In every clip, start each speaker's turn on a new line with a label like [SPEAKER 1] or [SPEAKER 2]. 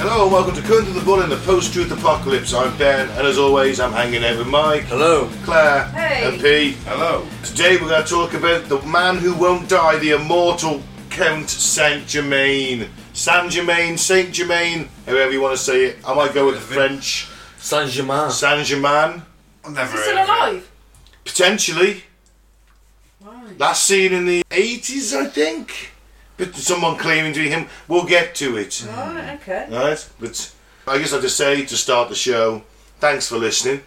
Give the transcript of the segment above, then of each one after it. [SPEAKER 1] Hello and welcome to Current to the Bull in the Post-Truth Apocalypse. I'm Ben, and as always, I'm hanging out with Mike,
[SPEAKER 2] Hello.
[SPEAKER 1] Claire,
[SPEAKER 3] Hey.
[SPEAKER 1] and Pete.
[SPEAKER 2] Hello.
[SPEAKER 1] Today we're going to talk about the man who won't die, the immortal Count Saint Germain. Saint Germain, Saint Germain, however you want to say it. I might go with the French.
[SPEAKER 2] Saint Germain.
[SPEAKER 1] Saint Germain,
[SPEAKER 4] I've never
[SPEAKER 3] Is he
[SPEAKER 4] heard
[SPEAKER 3] still
[SPEAKER 4] of it.
[SPEAKER 3] alive?
[SPEAKER 1] potentially.
[SPEAKER 3] Right.
[SPEAKER 1] Last seen in the 80s, I think. But someone claiming to be him. We'll get to it.
[SPEAKER 3] Right, okay.
[SPEAKER 1] Right, but I guess I'll just say to start the show, thanks for listening.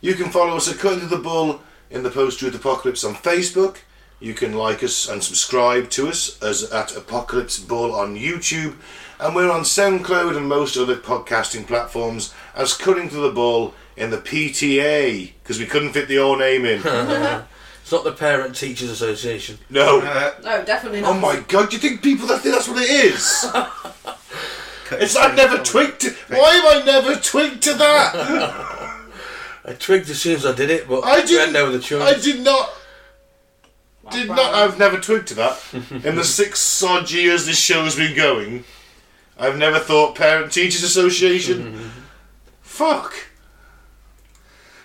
[SPEAKER 1] You can follow us at Cutting to the Bull in the Post Truth Apocalypse on Facebook. You can like us and subscribe to us as at Apocalypse Bull on YouTube. And we're on SoundCloud and most other podcasting platforms as Cutting to the Bull in the PTA because we couldn't fit the all name in.
[SPEAKER 2] It's not the Parent Teachers Association.
[SPEAKER 1] no.
[SPEAKER 4] Uh,
[SPEAKER 3] No, definitely
[SPEAKER 1] Oh
[SPEAKER 3] not.
[SPEAKER 1] my god, do you think people that think that's what it is?
[SPEAKER 4] cut
[SPEAKER 1] It's
[SPEAKER 4] it
[SPEAKER 1] I've
[SPEAKER 4] through.
[SPEAKER 1] never twigged. to- Why have I never twigged to that?
[SPEAKER 2] I twigged as soon as I did it, but
[SPEAKER 1] I
[SPEAKER 2] I
[SPEAKER 1] didn't.
[SPEAKER 2] didn't know the
[SPEAKER 1] I
[SPEAKER 2] choice.
[SPEAKER 1] did not. Did
[SPEAKER 3] Wow.
[SPEAKER 1] not. I've never twigged to that. In the six odd years this show's been going, I've never thought Parent Teachers Association. Fuck.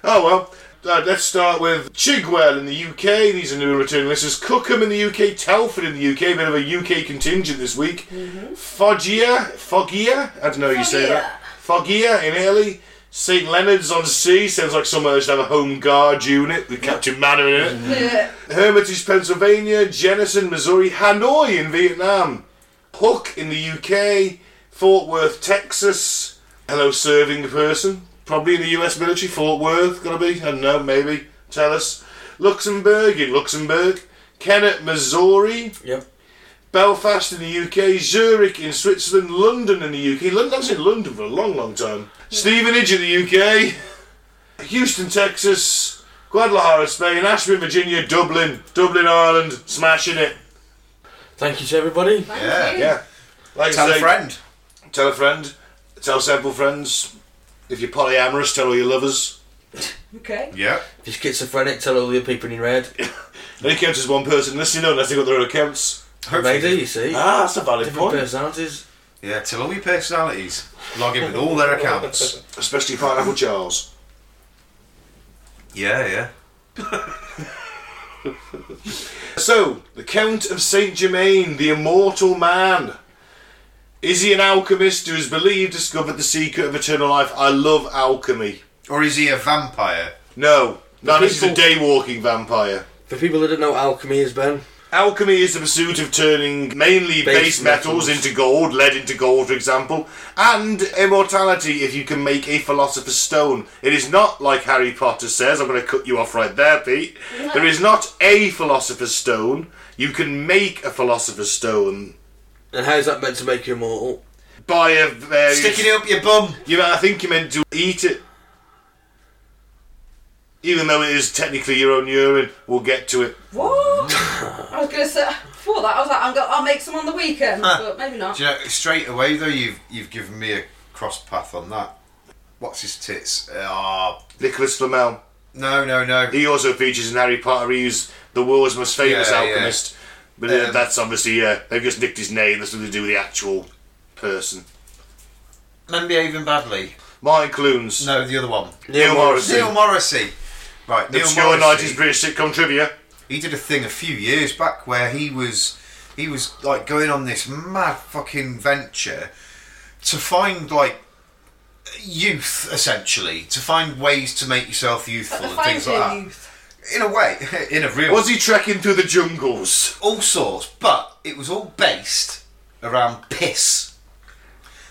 [SPEAKER 1] Oh well. Uh, let's start with Chigwell in the UK. These are new and returning listeners. Cookham in the UK, Telford in the UK. A bit of a UK contingent this week.
[SPEAKER 3] Mm-hmm.
[SPEAKER 1] Foggia, Foggia. I don't know how you say that. Foggia in Italy. St Leonard's on Sea sounds like somewhere should have a home guard unit with Captain Manor in it.
[SPEAKER 3] Yeah.
[SPEAKER 1] Hermitage, Pennsylvania, Jenison, Missouri, Hanoi in Vietnam, Hook in the UK, Fort Worth, Texas. Hello, serving person. Probably in the US military, Fort Worth, gonna be. I don't know, maybe. Tell us. Luxembourg in Luxembourg, Kennett, Missouri,
[SPEAKER 2] Yep.
[SPEAKER 1] Belfast in the UK, Zurich in Switzerland, London in the UK. London, I was in London for a long, long time. Stevenage in the UK, Houston, Texas, Guadalajara, Spain, Ashby, Virginia, Dublin, Dublin, Ireland, smashing it.
[SPEAKER 2] Thank you to everybody.
[SPEAKER 3] Thank
[SPEAKER 4] Yeah,
[SPEAKER 3] you.
[SPEAKER 1] Yeah. Like I
[SPEAKER 4] Tell a
[SPEAKER 1] say,
[SPEAKER 4] friend.
[SPEAKER 1] Tell a friend. Tell several friends. If you're polyamorous, tell all your lovers.
[SPEAKER 3] Okay.
[SPEAKER 4] Yeah.
[SPEAKER 2] If you're schizophrenic, tell all the people in red.
[SPEAKER 1] Only counts as one person listening unless they've got their own accounts.
[SPEAKER 2] Maybe, you see.
[SPEAKER 1] Ah, that's a valid
[SPEAKER 2] Different
[SPEAKER 1] point.
[SPEAKER 2] personalities.
[SPEAKER 4] Yeah, till all your personalities log in with all their accounts.
[SPEAKER 1] Especially Pineapple Charles.
[SPEAKER 4] Yeah, yeah.
[SPEAKER 1] So, the Count of Saint Germain, the immortal man. Is he an alchemist who is believed discovered the secret of eternal life? I love alchemy.
[SPEAKER 4] Or is he a vampire?
[SPEAKER 1] No, no, this is a
[SPEAKER 2] people-
[SPEAKER 1] day walking vampire.
[SPEAKER 2] For people that don't know what alchemy is, Ben,
[SPEAKER 1] Alchemy is the pursuit of turning mainly base,
[SPEAKER 2] Base
[SPEAKER 1] metals,
[SPEAKER 2] metals.
[SPEAKER 1] into gold, lead into gold, for example, and immortality if you can make a philosopher's stone. It is not like Harry Potter says, I'm going to cut you off right there, Pete. There is not a philosopher's stone. You can make a philosopher's stone.
[SPEAKER 2] and how's that meant to make you immortal?
[SPEAKER 1] by a various.
[SPEAKER 4] Sticking it up your bum.
[SPEAKER 1] You know, I think you meant to eat it. Even though it is technically your own urine, we'll get to it.
[SPEAKER 3] What? I was gonna say before that I was like, I'm gonna, I'll make some on the weekend, but maybe not.
[SPEAKER 4] Do you know, straight away though, you've you've given me a cross path on that. What's his tits? Ah,
[SPEAKER 1] Nicholas Flamel.
[SPEAKER 4] no, no, no.
[SPEAKER 1] He also features in Harry Potter. He's the world's most famous
[SPEAKER 4] Yeah, yeah.
[SPEAKER 1] alchemist. But uh,
[SPEAKER 4] Um,
[SPEAKER 1] that's obviously, uh, they've just nicked his name. That's nothing to do with the actual person.
[SPEAKER 4] Men behaving badly.
[SPEAKER 1] Martin Clunes.
[SPEAKER 4] No, the other one.
[SPEAKER 1] Neil Morrissey.
[SPEAKER 4] Neil Morrissey. Right, Neil
[SPEAKER 1] Obscure
[SPEAKER 4] Morrissey.
[SPEAKER 1] 90s British sitcom trivia.
[SPEAKER 4] he did a thing a few years back where he was he was like going on this mad fucking venture to find like youth essentially to find ways to make yourself
[SPEAKER 3] But
[SPEAKER 4] youthful
[SPEAKER 3] the
[SPEAKER 4] and things like
[SPEAKER 3] five
[SPEAKER 4] that
[SPEAKER 3] youth.
[SPEAKER 4] in a way in a real
[SPEAKER 1] Was he trekking through the jungles?
[SPEAKER 4] all sorts but it was all based around piss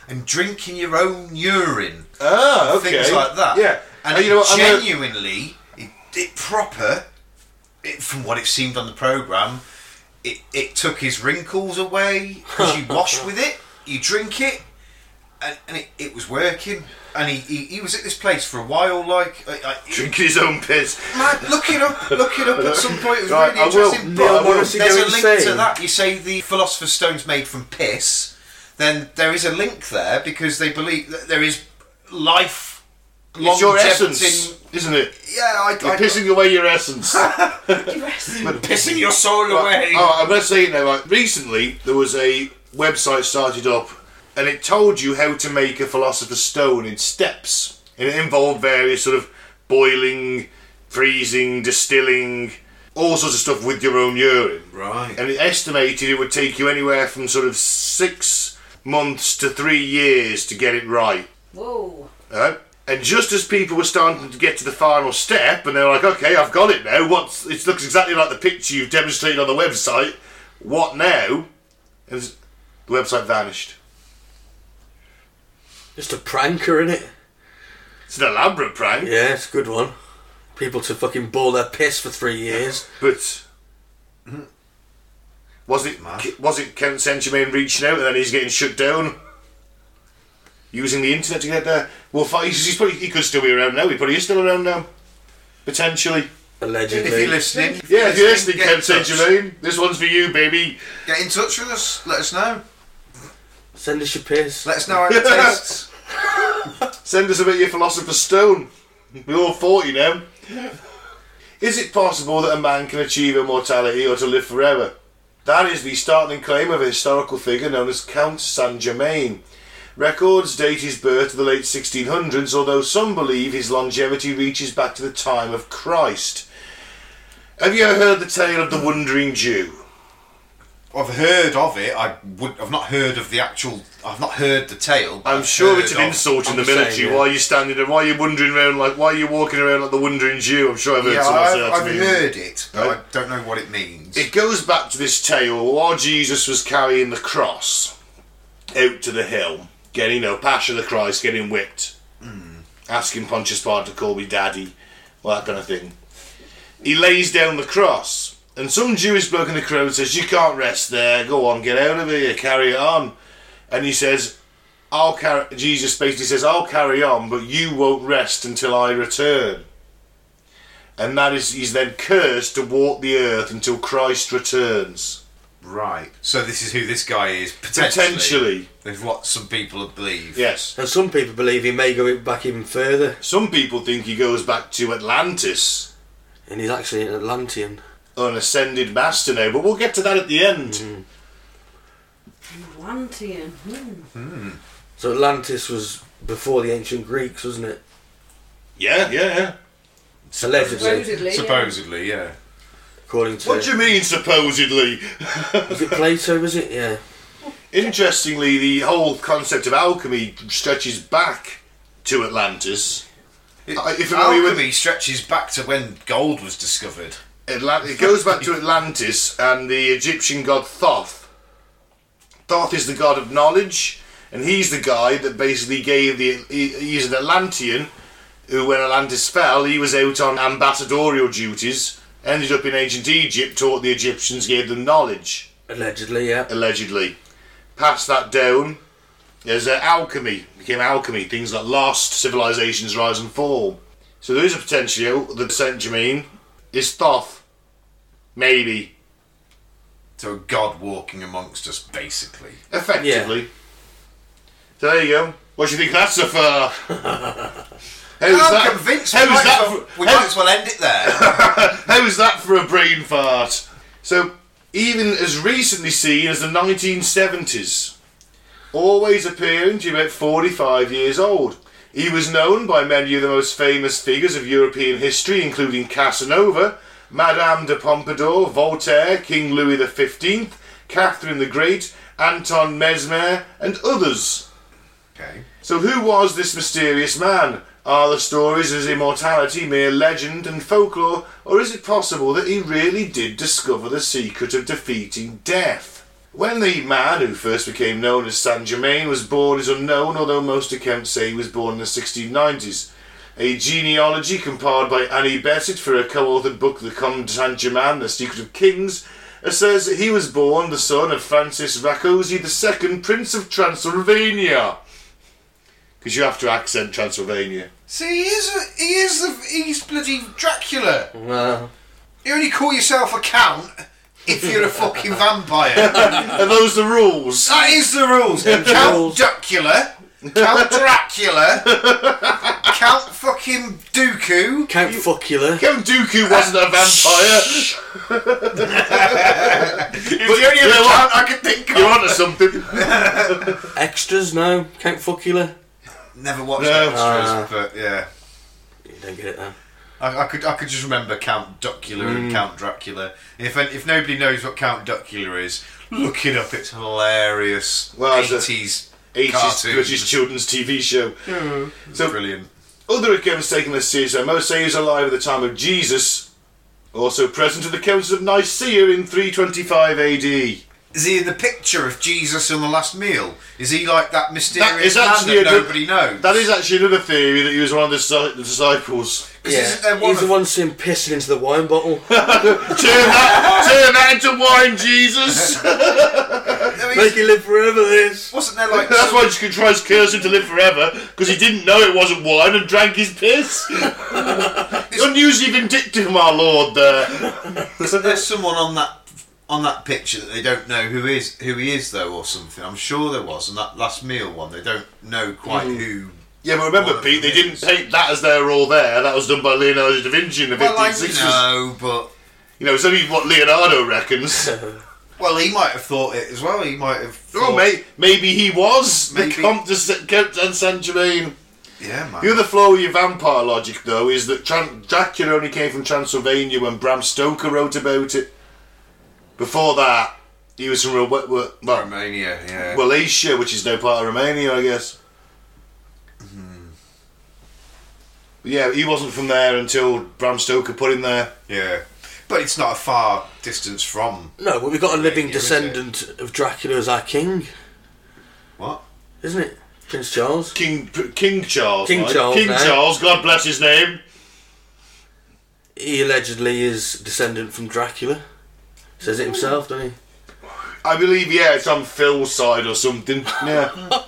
[SPEAKER 4] and drinking your own urine
[SPEAKER 1] Ah, okay.
[SPEAKER 4] things like that.
[SPEAKER 1] Yeah.
[SPEAKER 4] and
[SPEAKER 1] Uh, you know what? I'm gonna-
[SPEAKER 4] genuinely, it, it proper. It, from what it seemed on the program, it it took his wrinkles away because you wash with it, you drink it, and, and it, it was working. And he, he, he was at this place for a while, like I, I, he-
[SPEAKER 1] Drinking his own piss.
[SPEAKER 4] man, look it up, look it up at some point. It was
[SPEAKER 1] Right,
[SPEAKER 4] really
[SPEAKER 1] I will.
[SPEAKER 4] interesting.
[SPEAKER 1] No, I
[SPEAKER 4] But
[SPEAKER 1] will.
[SPEAKER 4] there's a link to
[SPEAKER 2] Insane.
[SPEAKER 4] that. You say the philosopher's stone's made from piss, then there is a link there because they believe that there is life.
[SPEAKER 1] It's your
[SPEAKER 4] longevity-
[SPEAKER 1] essence, isn't it?
[SPEAKER 4] Yeah, I,
[SPEAKER 1] You're
[SPEAKER 4] I
[SPEAKER 1] pissing away your essence.
[SPEAKER 3] You rest.
[SPEAKER 4] pissing your soul away.
[SPEAKER 1] Oh, I'm going to say it now. Like, recently, there was a website started up and it told you how to make a philosopher's stone in steps. And it involved various sort of boiling, freezing, distilling, all sorts of stuff with your own urine.
[SPEAKER 4] Right.
[SPEAKER 1] And it estimated it would take you anywhere from sort of six months to three years to get it right.
[SPEAKER 3] Whoa.
[SPEAKER 1] Right? And just as people were starting to get to the final step, and they were like, "Okay, I've got it now. What's it looks exactly like the picture you've demonstrated on the website. What now?" And s- the website vanished.
[SPEAKER 2] Just a pranker, innit?
[SPEAKER 1] It's an elaborate prank,
[SPEAKER 2] Yeah, it's a good one. People to fucking bore their piss for three years.
[SPEAKER 1] but
[SPEAKER 4] Mm-hmm.
[SPEAKER 1] was it
[SPEAKER 4] Mad.
[SPEAKER 1] Ke- was it Kent Centumain reaching out and then he's getting shut down? Using the internet to get there. Well, fi- he's, he's probably he could still be around now. He probably is still around now, potentially.
[SPEAKER 2] Allegedly.
[SPEAKER 4] If you're listening, if
[SPEAKER 1] Yeah, if you're listening,
[SPEAKER 4] get in
[SPEAKER 1] Kent
[SPEAKER 4] touch.
[SPEAKER 1] Centumain, this one's for you, baby.
[SPEAKER 4] Get in touch with us. Let us know.
[SPEAKER 2] Send us your piss.
[SPEAKER 4] Let us know how it tastes.
[SPEAKER 1] Send us about your philosopher's stone. We're all 40 now. Is it possible that a man can achieve immortality or to live forever? That is the startling claim of a historical figure known as Count Saint Germain. Records date his birth to the late 1600s, although some believe his longevity reaches back to the time of Christ. Have you ever heard the tale of the Wandering Jew?
[SPEAKER 4] I've heard of it. I would. I've not heard of the actual. I've not heard the tale. but
[SPEAKER 1] I'm
[SPEAKER 4] I've
[SPEAKER 1] sure
[SPEAKER 4] heard
[SPEAKER 1] it's an
[SPEAKER 4] of-
[SPEAKER 1] insult in
[SPEAKER 2] I'm
[SPEAKER 1] the
[SPEAKER 2] saying,
[SPEAKER 1] military.
[SPEAKER 2] yeah.
[SPEAKER 1] Why are you standing there? Why are you wandering around like? Why are you walking around like the wandering Jew? I'm sure I've heard
[SPEAKER 4] Yeah,
[SPEAKER 1] someone say that
[SPEAKER 4] I've,
[SPEAKER 1] to
[SPEAKER 4] I've
[SPEAKER 1] me.
[SPEAKER 4] heard it, but
[SPEAKER 1] Right.
[SPEAKER 4] I don't know what it means.
[SPEAKER 1] It goes back to this tale while Jesus was carrying the cross out to the hill, getting you know, Passion of the Christ, getting whipped, asking Pontius Pilate to call me daddy, all that kind of thing. He lays down the cross, and some Jewish bloke in the crowd says, "You can't rest there. Go on, get out of here. Carry it on." And he says, "I'll carry." Jesus basically says, "I'll carry on, but you won't rest until I return." and that is he's then cursed to walk the earth until Christ returns.
[SPEAKER 4] right. So this is who this guy is potentially.
[SPEAKER 1] Potentially,
[SPEAKER 4] Is what some people believe.
[SPEAKER 1] yes.
[SPEAKER 2] And some people believe he may go back even further,
[SPEAKER 1] Some people think he goes back to Atlantis,
[SPEAKER 2] and he's actually an Atlantean.
[SPEAKER 1] an ascended master now, but we'll get to that at the end.
[SPEAKER 3] Atlantean. Hmm.
[SPEAKER 2] So Atlantis was before the ancient Greeks, wasn't it?
[SPEAKER 1] Yeah, yeah, yeah.
[SPEAKER 2] Allegedly,
[SPEAKER 3] Supposedly. yeah.
[SPEAKER 4] Supposedly, yeah.
[SPEAKER 2] according to
[SPEAKER 1] What do you mean, supposedly?
[SPEAKER 2] was it Plato? Was it? Yeah.
[SPEAKER 1] Interestingly, the whole concept of alchemy stretches back to Atlantis.
[SPEAKER 4] It,
[SPEAKER 1] I- if it were-
[SPEAKER 4] alchemy stretches back to when gold was discovered.
[SPEAKER 1] Atlant- it goes back to Atlantis and the Egyptian god Thoth. Thoth is the god of knowledge, and he's the guy that basically gave the. He, he's an Atlantean who, when Atlantis fell, he was out on ambassadorial duties, ended up in ancient Egypt, taught the Egyptians, gave them knowledge,
[SPEAKER 2] Allegedly, yeah.
[SPEAKER 1] allegedly. Passed that down as uh, alchemy, became alchemy, things that last civilizations rise and fall. So there is a potential that Saint Germain is Thoth. Maybe.
[SPEAKER 4] So a god walking amongst us, basically.
[SPEAKER 1] Effectively. So there you go. What do you think that's so far? How's that?
[SPEAKER 4] I'm convinced.
[SPEAKER 1] How's
[SPEAKER 4] we might,
[SPEAKER 1] that?
[SPEAKER 4] as well,
[SPEAKER 1] for,
[SPEAKER 4] we
[SPEAKER 1] how-
[SPEAKER 4] might as well end it there.
[SPEAKER 1] how's that for a brain fart? So, even as recently seen as the 1970s, always appearing to be about 45 years old. He was known by many of the most famous figures of European history, including Casanova, Madame de Pompadour, Voltaire, King Louis XV, Catherine the Great, Anton Mesmer, and others.
[SPEAKER 4] okay.
[SPEAKER 1] So, who was this mysterious man? Are the stories of his immortality mere legend and folklore, or is it possible that he really did discover the secret of defeating death? When the man who first became known as Saint Germain was born is unknown, although most accounts say he was born in the 1690s. A genealogy compiled by Annie Besset for her co authored book, The Comte Saint Germain, The Secret of Kings, says that he was born the son of Francis Rakosi II, Prince of Transylvania because you have to accent Transylvania.
[SPEAKER 4] See, he is a, he is a, he's bloody Dracula.
[SPEAKER 2] Well,
[SPEAKER 4] You only call yourself a count if you're a fucking vampire.
[SPEAKER 1] Are those the rules?
[SPEAKER 4] that is the rules.
[SPEAKER 2] Them
[SPEAKER 4] Count
[SPEAKER 2] rules.
[SPEAKER 4] Dracula. Count Dracula. Count fucking Dooku.
[SPEAKER 2] Count Fuckula.
[SPEAKER 1] Count Dooku wasn't a vampire.
[SPEAKER 4] It's the only
[SPEAKER 1] you know
[SPEAKER 4] other
[SPEAKER 1] what?
[SPEAKER 4] count I could think of.
[SPEAKER 1] You're on a something.
[SPEAKER 2] Extras? No. Count Fuckula?
[SPEAKER 4] Never watched
[SPEAKER 1] No.
[SPEAKER 4] extras,
[SPEAKER 2] Ah.
[SPEAKER 4] but yeah,
[SPEAKER 2] You don't get it then.
[SPEAKER 4] I, I could I could just remember Count Duckula
[SPEAKER 1] Mm.
[SPEAKER 4] and Count Dracula. If if nobody knows what Count Duckula is, look it up. It's hilarious.
[SPEAKER 1] Well, it's a-
[SPEAKER 4] Eighties
[SPEAKER 1] 80s
[SPEAKER 4] cartoons.
[SPEAKER 1] British children's TV show. So-
[SPEAKER 4] brilliant.
[SPEAKER 1] Other accounts taken this season, most say he was alive at the time of Jesus, also present at the Council of Nicaea in 325 AD.
[SPEAKER 4] Is he in the picture of Jesus on the Last Meal? Is he like that
[SPEAKER 1] That
[SPEAKER 4] mysterious
[SPEAKER 1] is actually
[SPEAKER 4] man that
[SPEAKER 1] a good-
[SPEAKER 4] nobody knows?
[SPEAKER 1] That is actually another theory that he was one of the, disci- the disciples.
[SPEAKER 4] Yeah. Isn't there one
[SPEAKER 2] He's the
[SPEAKER 4] of-
[SPEAKER 2] one seen pissing into the wine bottle.
[SPEAKER 1] turn that, turn that into wine, Jesus.
[SPEAKER 4] No, he's-
[SPEAKER 2] Make you live forever, this.
[SPEAKER 4] Wasn't there like
[SPEAKER 1] That's why Jesus Christ cursed him to live forever because he didn't know it wasn't wine and drank his piss. Unusually vindictive, my lord. There.
[SPEAKER 4] Isn't there someone on that on that picture that they don't know who is who he is though, or something? I'm sure there was. And that last meal one, they don't know quite
[SPEAKER 1] Hmm.
[SPEAKER 4] who.
[SPEAKER 1] Yeah, but remember,
[SPEAKER 4] One of
[SPEAKER 1] Pete, they
[SPEAKER 4] the
[SPEAKER 1] didn't paint that as they were all there. That was done by Leonardo da Vinci in the
[SPEAKER 4] Well, I uh,
[SPEAKER 1] 1560s.
[SPEAKER 4] know, but
[SPEAKER 1] You know, it's only what Leonardo reckons.
[SPEAKER 4] well, he might have thought it as well. He might have. Thought,
[SPEAKER 1] oh, may- maybe he was
[SPEAKER 4] Maybe.
[SPEAKER 1] the Comte de Saint- Comte de Saint Germain.
[SPEAKER 4] Yeah, man.
[SPEAKER 1] The other flaw with your vampire logic, though, is that Tran- Dracula only came from Transylvania when Bram Stoker wrote about it. Before that, he was from Ro- well, well,
[SPEAKER 4] Romania. Yeah.
[SPEAKER 1] Wallachia, which is now part of Romania, I guess. But Yeah, he wasn't from there until Bram Stoker put him there.
[SPEAKER 4] yeah. But it's not a far distance from
[SPEAKER 2] No, but we've got a living
[SPEAKER 4] Here is it.
[SPEAKER 2] descendant of Dracula as our king,
[SPEAKER 4] what?
[SPEAKER 2] isn't it? Prince Charles.
[SPEAKER 1] King King Charles.
[SPEAKER 2] King
[SPEAKER 1] right?
[SPEAKER 2] Charles,
[SPEAKER 1] King
[SPEAKER 2] eh?
[SPEAKER 1] Charles. God bless his name.
[SPEAKER 2] He allegedly is descendant from Dracula. Says it himself, doesn't he?
[SPEAKER 1] I believe, yeah, it's on Phil's side or something. Yeah.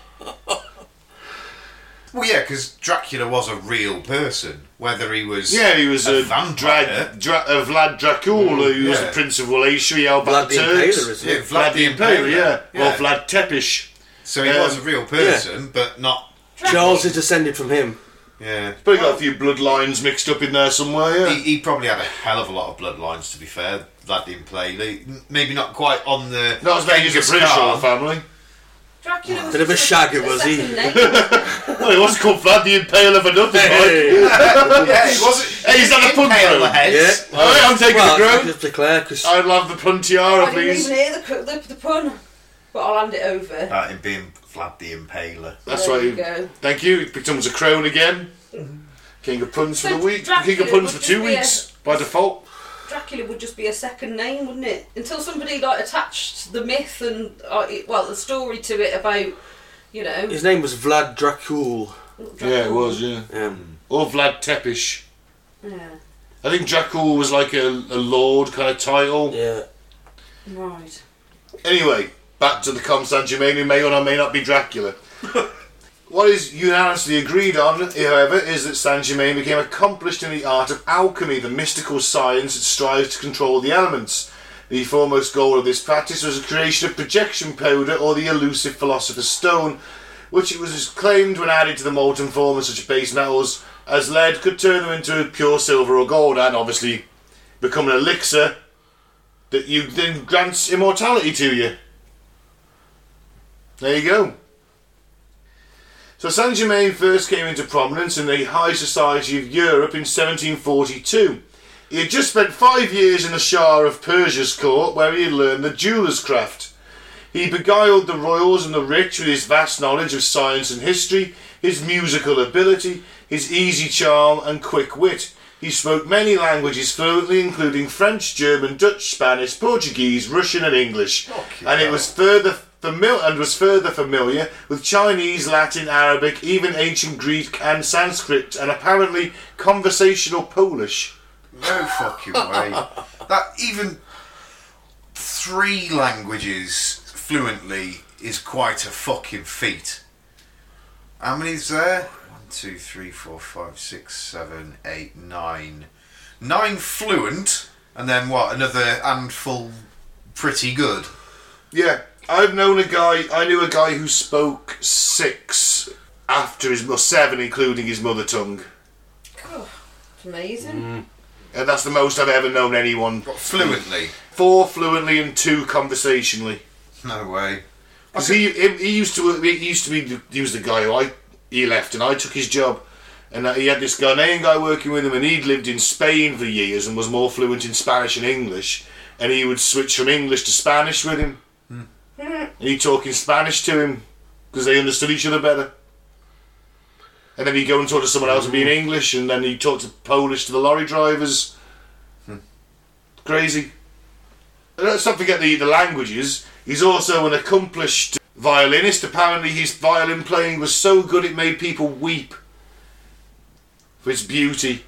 [SPEAKER 4] Well, yeah, because Dracula was a real person, whether he was
[SPEAKER 1] yeah, he was
[SPEAKER 4] A
[SPEAKER 1] a,
[SPEAKER 4] vampire.
[SPEAKER 1] Dra- Dra- uh, Vlad Dracula, who was
[SPEAKER 4] yeah.
[SPEAKER 1] the Prince of Wallachia, he held back
[SPEAKER 2] Vlad the
[SPEAKER 1] the Turks.
[SPEAKER 2] Impaler, isn't
[SPEAKER 4] yeah,
[SPEAKER 2] it?
[SPEAKER 1] Vlad the Impaler, yeah. Or
[SPEAKER 4] yeah.
[SPEAKER 1] Vlad Tepish.
[SPEAKER 4] So he
[SPEAKER 1] Um,
[SPEAKER 4] was a real person, but not.
[SPEAKER 2] Charles is descended from him.
[SPEAKER 4] Yeah.
[SPEAKER 1] Probably got a few bloodlines mixed up in there somewhere, yeah.
[SPEAKER 4] He, he probably had a hell of a lot of bloodlines, to be fair. That didn't play. They- Maybe not quite on the.
[SPEAKER 1] Not as many as
[SPEAKER 4] Genghis
[SPEAKER 1] a British
[SPEAKER 4] Khan.
[SPEAKER 1] or family.
[SPEAKER 3] Dracula was
[SPEAKER 2] Bit of a
[SPEAKER 3] just
[SPEAKER 2] shagger, was he?
[SPEAKER 3] second name.
[SPEAKER 1] Well, he wasn't called Vlad the Impaler for nothing, right?
[SPEAKER 4] Yeah, he wasn't.
[SPEAKER 1] Hey, he's had a
[SPEAKER 4] Impale
[SPEAKER 1] punk room.
[SPEAKER 4] the heads.
[SPEAKER 1] All right, I'm taking
[SPEAKER 2] well,
[SPEAKER 1] the
[SPEAKER 2] I
[SPEAKER 1] ground.
[SPEAKER 2] just declare because
[SPEAKER 1] I'd love the
[SPEAKER 3] I
[SPEAKER 1] Puntiara,
[SPEAKER 3] didn't
[SPEAKER 1] please.
[SPEAKER 3] even hear the, cu- the, the pun, but I'll hand it over.
[SPEAKER 4] Uh, him being Vlad the Impaler.
[SPEAKER 1] That's
[SPEAKER 3] There
[SPEAKER 1] right.
[SPEAKER 3] you go.
[SPEAKER 1] Thank you. It becomes a crown again. King of puns for
[SPEAKER 3] So
[SPEAKER 1] the week.
[SPEAKER 3] Dracula
[SPEAKER 1] King of puns
[SPEAKER 3] would
[SPEAKER 1] for
[SPEAKER 3] just
[SPEAKER 1] two
[SPEAKER 3] be a-
[SPEAKER 1] weeks by default.
[SPEAKER 3] Dracula would just be a second name, wouldn't it? Until somebody like attached the myth and uh, it- well, the story to it about you know.
[SPEAKER 2] his name was Vlad Dracul.
[SPEAKER 3] Dracula.
[SPEAKER 1] Yeah, it was. Yeah.
[SPEAKER 2] Um,
[SPEAKER 1] Or Vlad Tepish.
[SPEAKER 3] Yeah.
[SPEAKER 1] I think Dracul was like a, a lord kind of title.
[SPEAKER 2] yeah,
[SPEAKER 3] Right.
[SPEAKER 1] Anyway, back to the Constant Germain, who may or may not be Dracula. what is unanimously agreed on, however, is that Saint Germain became accomplished in the art of alchemy, the mystical science that strives to control the elements. The foremost goal of this practice was the creation of projection powder or the elusive philosopher's stone, which it was claimed when added to the molten form of such base metals as lead could turn them into pure silver or gold, and obviously become an elixir that you then grants immortality to you. There you go. So Saint Germain first came into prominence in the high society of Europe in 1742. He had just spent five years in the Shah of Persia's court, where he had learned the jeweller's craft. He beguiled the royals and the rich with his vast knowledge of science and history, his musical ability, his easy charm, and quick wit. He spoke many languages fluently, including French, German, Dutch, Spanish, Portuguese, Russian, and English.
[SPEAKER 4] Fucking
[SPEAKER 1] And it
[SPEAKER 4] hell.
[SPEAKER 1] was further familiar and was further familiar with Chinese, Latin, Arabic, even ancient Greek and Sanskrit, and apparently conversational Polish.
[SPEAKER 4] No fucking way. That even three languages fluently is quite a fucking feat. How many's there? One, two, three, four, five, six, seven, eight, nine. Nine fluent, and then what? Another handful, pretty good.
[SPEAKER 1] Yeah, I've known a guy. I knew a guy who spoke six after his or seven, including his mother tongue,
[SPEAKER 3] Oh, it's amazing.
[SPEAKER 1] and that's the most I've ever known anyone.
[SPEAKER 4] But fluently?
[SPEAKER 1] Four fluently and two conversationally.
[SPEAKER 4] No way.
[SPEAKER 1] Because he, him- he used to he used to be the- he was the guy who I he left and I took his job, and he had this Ghanaian guy working with him, and he'd lived in Spain for years and was more fluent in Spanish and English, and he would switch from English to Spanish with him. And he'd talk in Spanish to him because they understood each other better. And then he'd go and talk to someone else and be in English, and then he'd talk to Polish to the lorry drivers. Crazy. And Let's not forget the, the languages. He's also an accomplished violinist. Apparently, his violin playing was so good it made people weep for its beauty.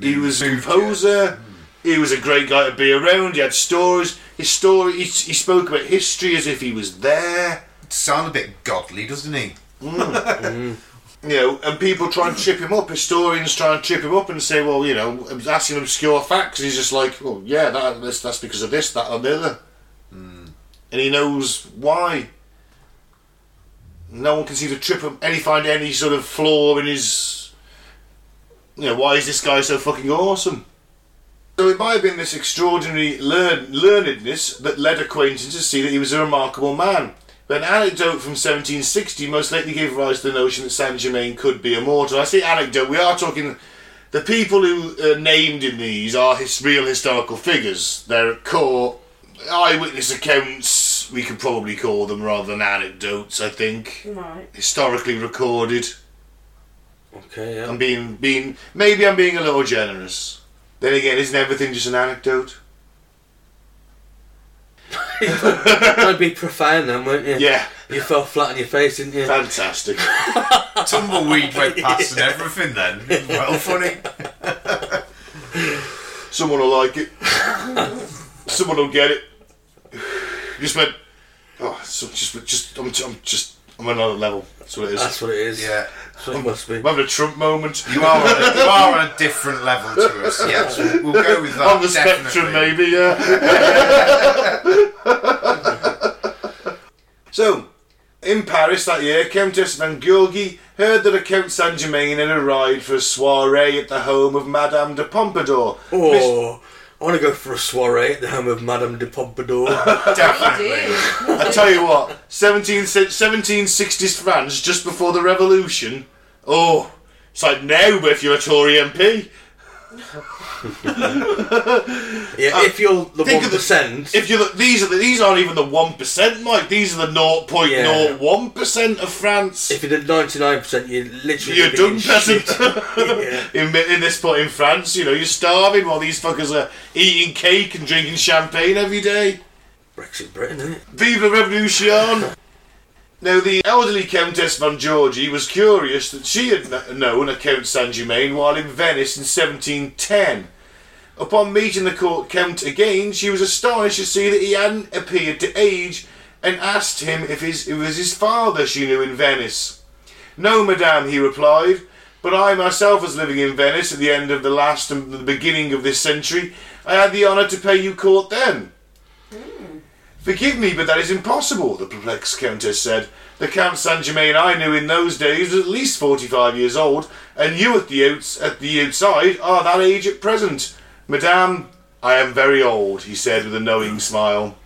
[SPEAKER 1] He was a composer. He was a great guy to be around. He had stories. His story. He, he spoke about history as if he was there.
[SPEAKER 4] Sound a bit godly, doesn't he?
[SPEAKER 1] You know, and people try and trip him up. Historians try and trip him up and say, "Well, you know, asking obscure facts." He's just like, "Well, yeah, that that's, that's because of this, that, and the other," and he knows why. No one can seem to trip him. Any find any sort of flaw in his. You know, why is this guy so fucking awesome? So it might have been this extraordinary learn- learnedness that led acquaintances to see that he was a remarkable man. But an anecdote from 1760 most likely gave rise to the notion that Saint Germain could be immortal. I say anecdote, we are talking. The people who are named in these are his, real historical figures. They're at court. Eyewitness accounts, we could probably call them rather than anecdotes, I think.
[SPEAKER 3] Right.
[SPEAKER 1] Historically recorded.
[SPEAKER 2] Okay, yeah.
[SPEAKER 1] I'm being being maybe I'm being a little generous. Then again, isn't everything just an anecdote?
[SPEAKER 2] I'd be profound then, wouldn't you?
[SPEAKER 1] Yeah,
[SPEAKER 2] You fell flat on your face, didn't you?
[SPEAKER 1] fantastic.
[SPEAKER 4] Tumbleweed went past and everything then. Well funny.
[SPEAKER 1] Someone will like it. Someone will get it. Just went. Oh, so just just I'm, I'm just I'm another level. That's what it is.
[SPEAKER 2] That's what it is.
[SPEAKER 4] Yeah.
[SPEAKER 2] That's what it must be.
[SPEAKER 1] I'm having a Trump moment.
[SPEAKER 4] You are, on a, you are on a different level to us. Yes, we'll go with that.
[SPEAKER 1] on the
[SPEAKER 4] definitely.
[SPEAKER 1] spectrum, maybe. Yeah. so, in Paris that year, Countess Van Gurgi heard that a Count Saint Germain had arrived for a soiree at the home of Madame de Pompadour. Miss-
[SPEAKER 2] Oh, I want to go for a soiree at the home of Madame de Pompadour.
[SPEAKER 3] He
[SPEAKER 4] Definitely.
[SPEAKER 3] did. Mm.
[SPEAKER 1] I tell you what, 17, se- 1760s France, just before the revolution. Oh, it's like now if you're a Tory MP.
[SPEAKER 2] Yeah, if you're the
[SPEAKER 1] Uh, think
[SPEAKER 2] one
[SPEAKER 1] of the-
[SPEAKER 2] percent,
[SPEAKER 1] If you look, these are the, these aren't even the one percent, Mike. These are the 0.01 percent of France.
[SPEAKER 2] if you did ninety nine percent, you literally
[SPEAKER 1] You're
[SPEAKER 2] be
[SPEAKER 1] done,
[SPEAKER 2] in
[SPEAKER 1] peasant.
[SPEAKER 2] shit. yeah.
[SPEAKER 1] in, in this part in France, you know, you're starving while these fuckers are eating cake and drinking champagne every day.
[SPEAKER 2] Brexit Britain, isn't it?
[SPEAKER 1] Vive la Revolution! now, the elderly Countess Von Giorgi was curious that she had kn- known a Count Saint Germain while in Venice in 1710. Upon meeting the court count again, she was astonished to see that he hadn't appeared to age and asked him if his, it was his father she knew in Venice. No, madame, he replied, but I myself was living in Venice at the end of the last and the beginning of this century. I had the honour to pay you court then. Forgive me, but that is impossible, the perplexed Countess said. The Count Saint Germain I knew in those days was at least forty five years old, and you at the outs- at the outside are that age at present. Madame, I am very old, he said with a knowing smile.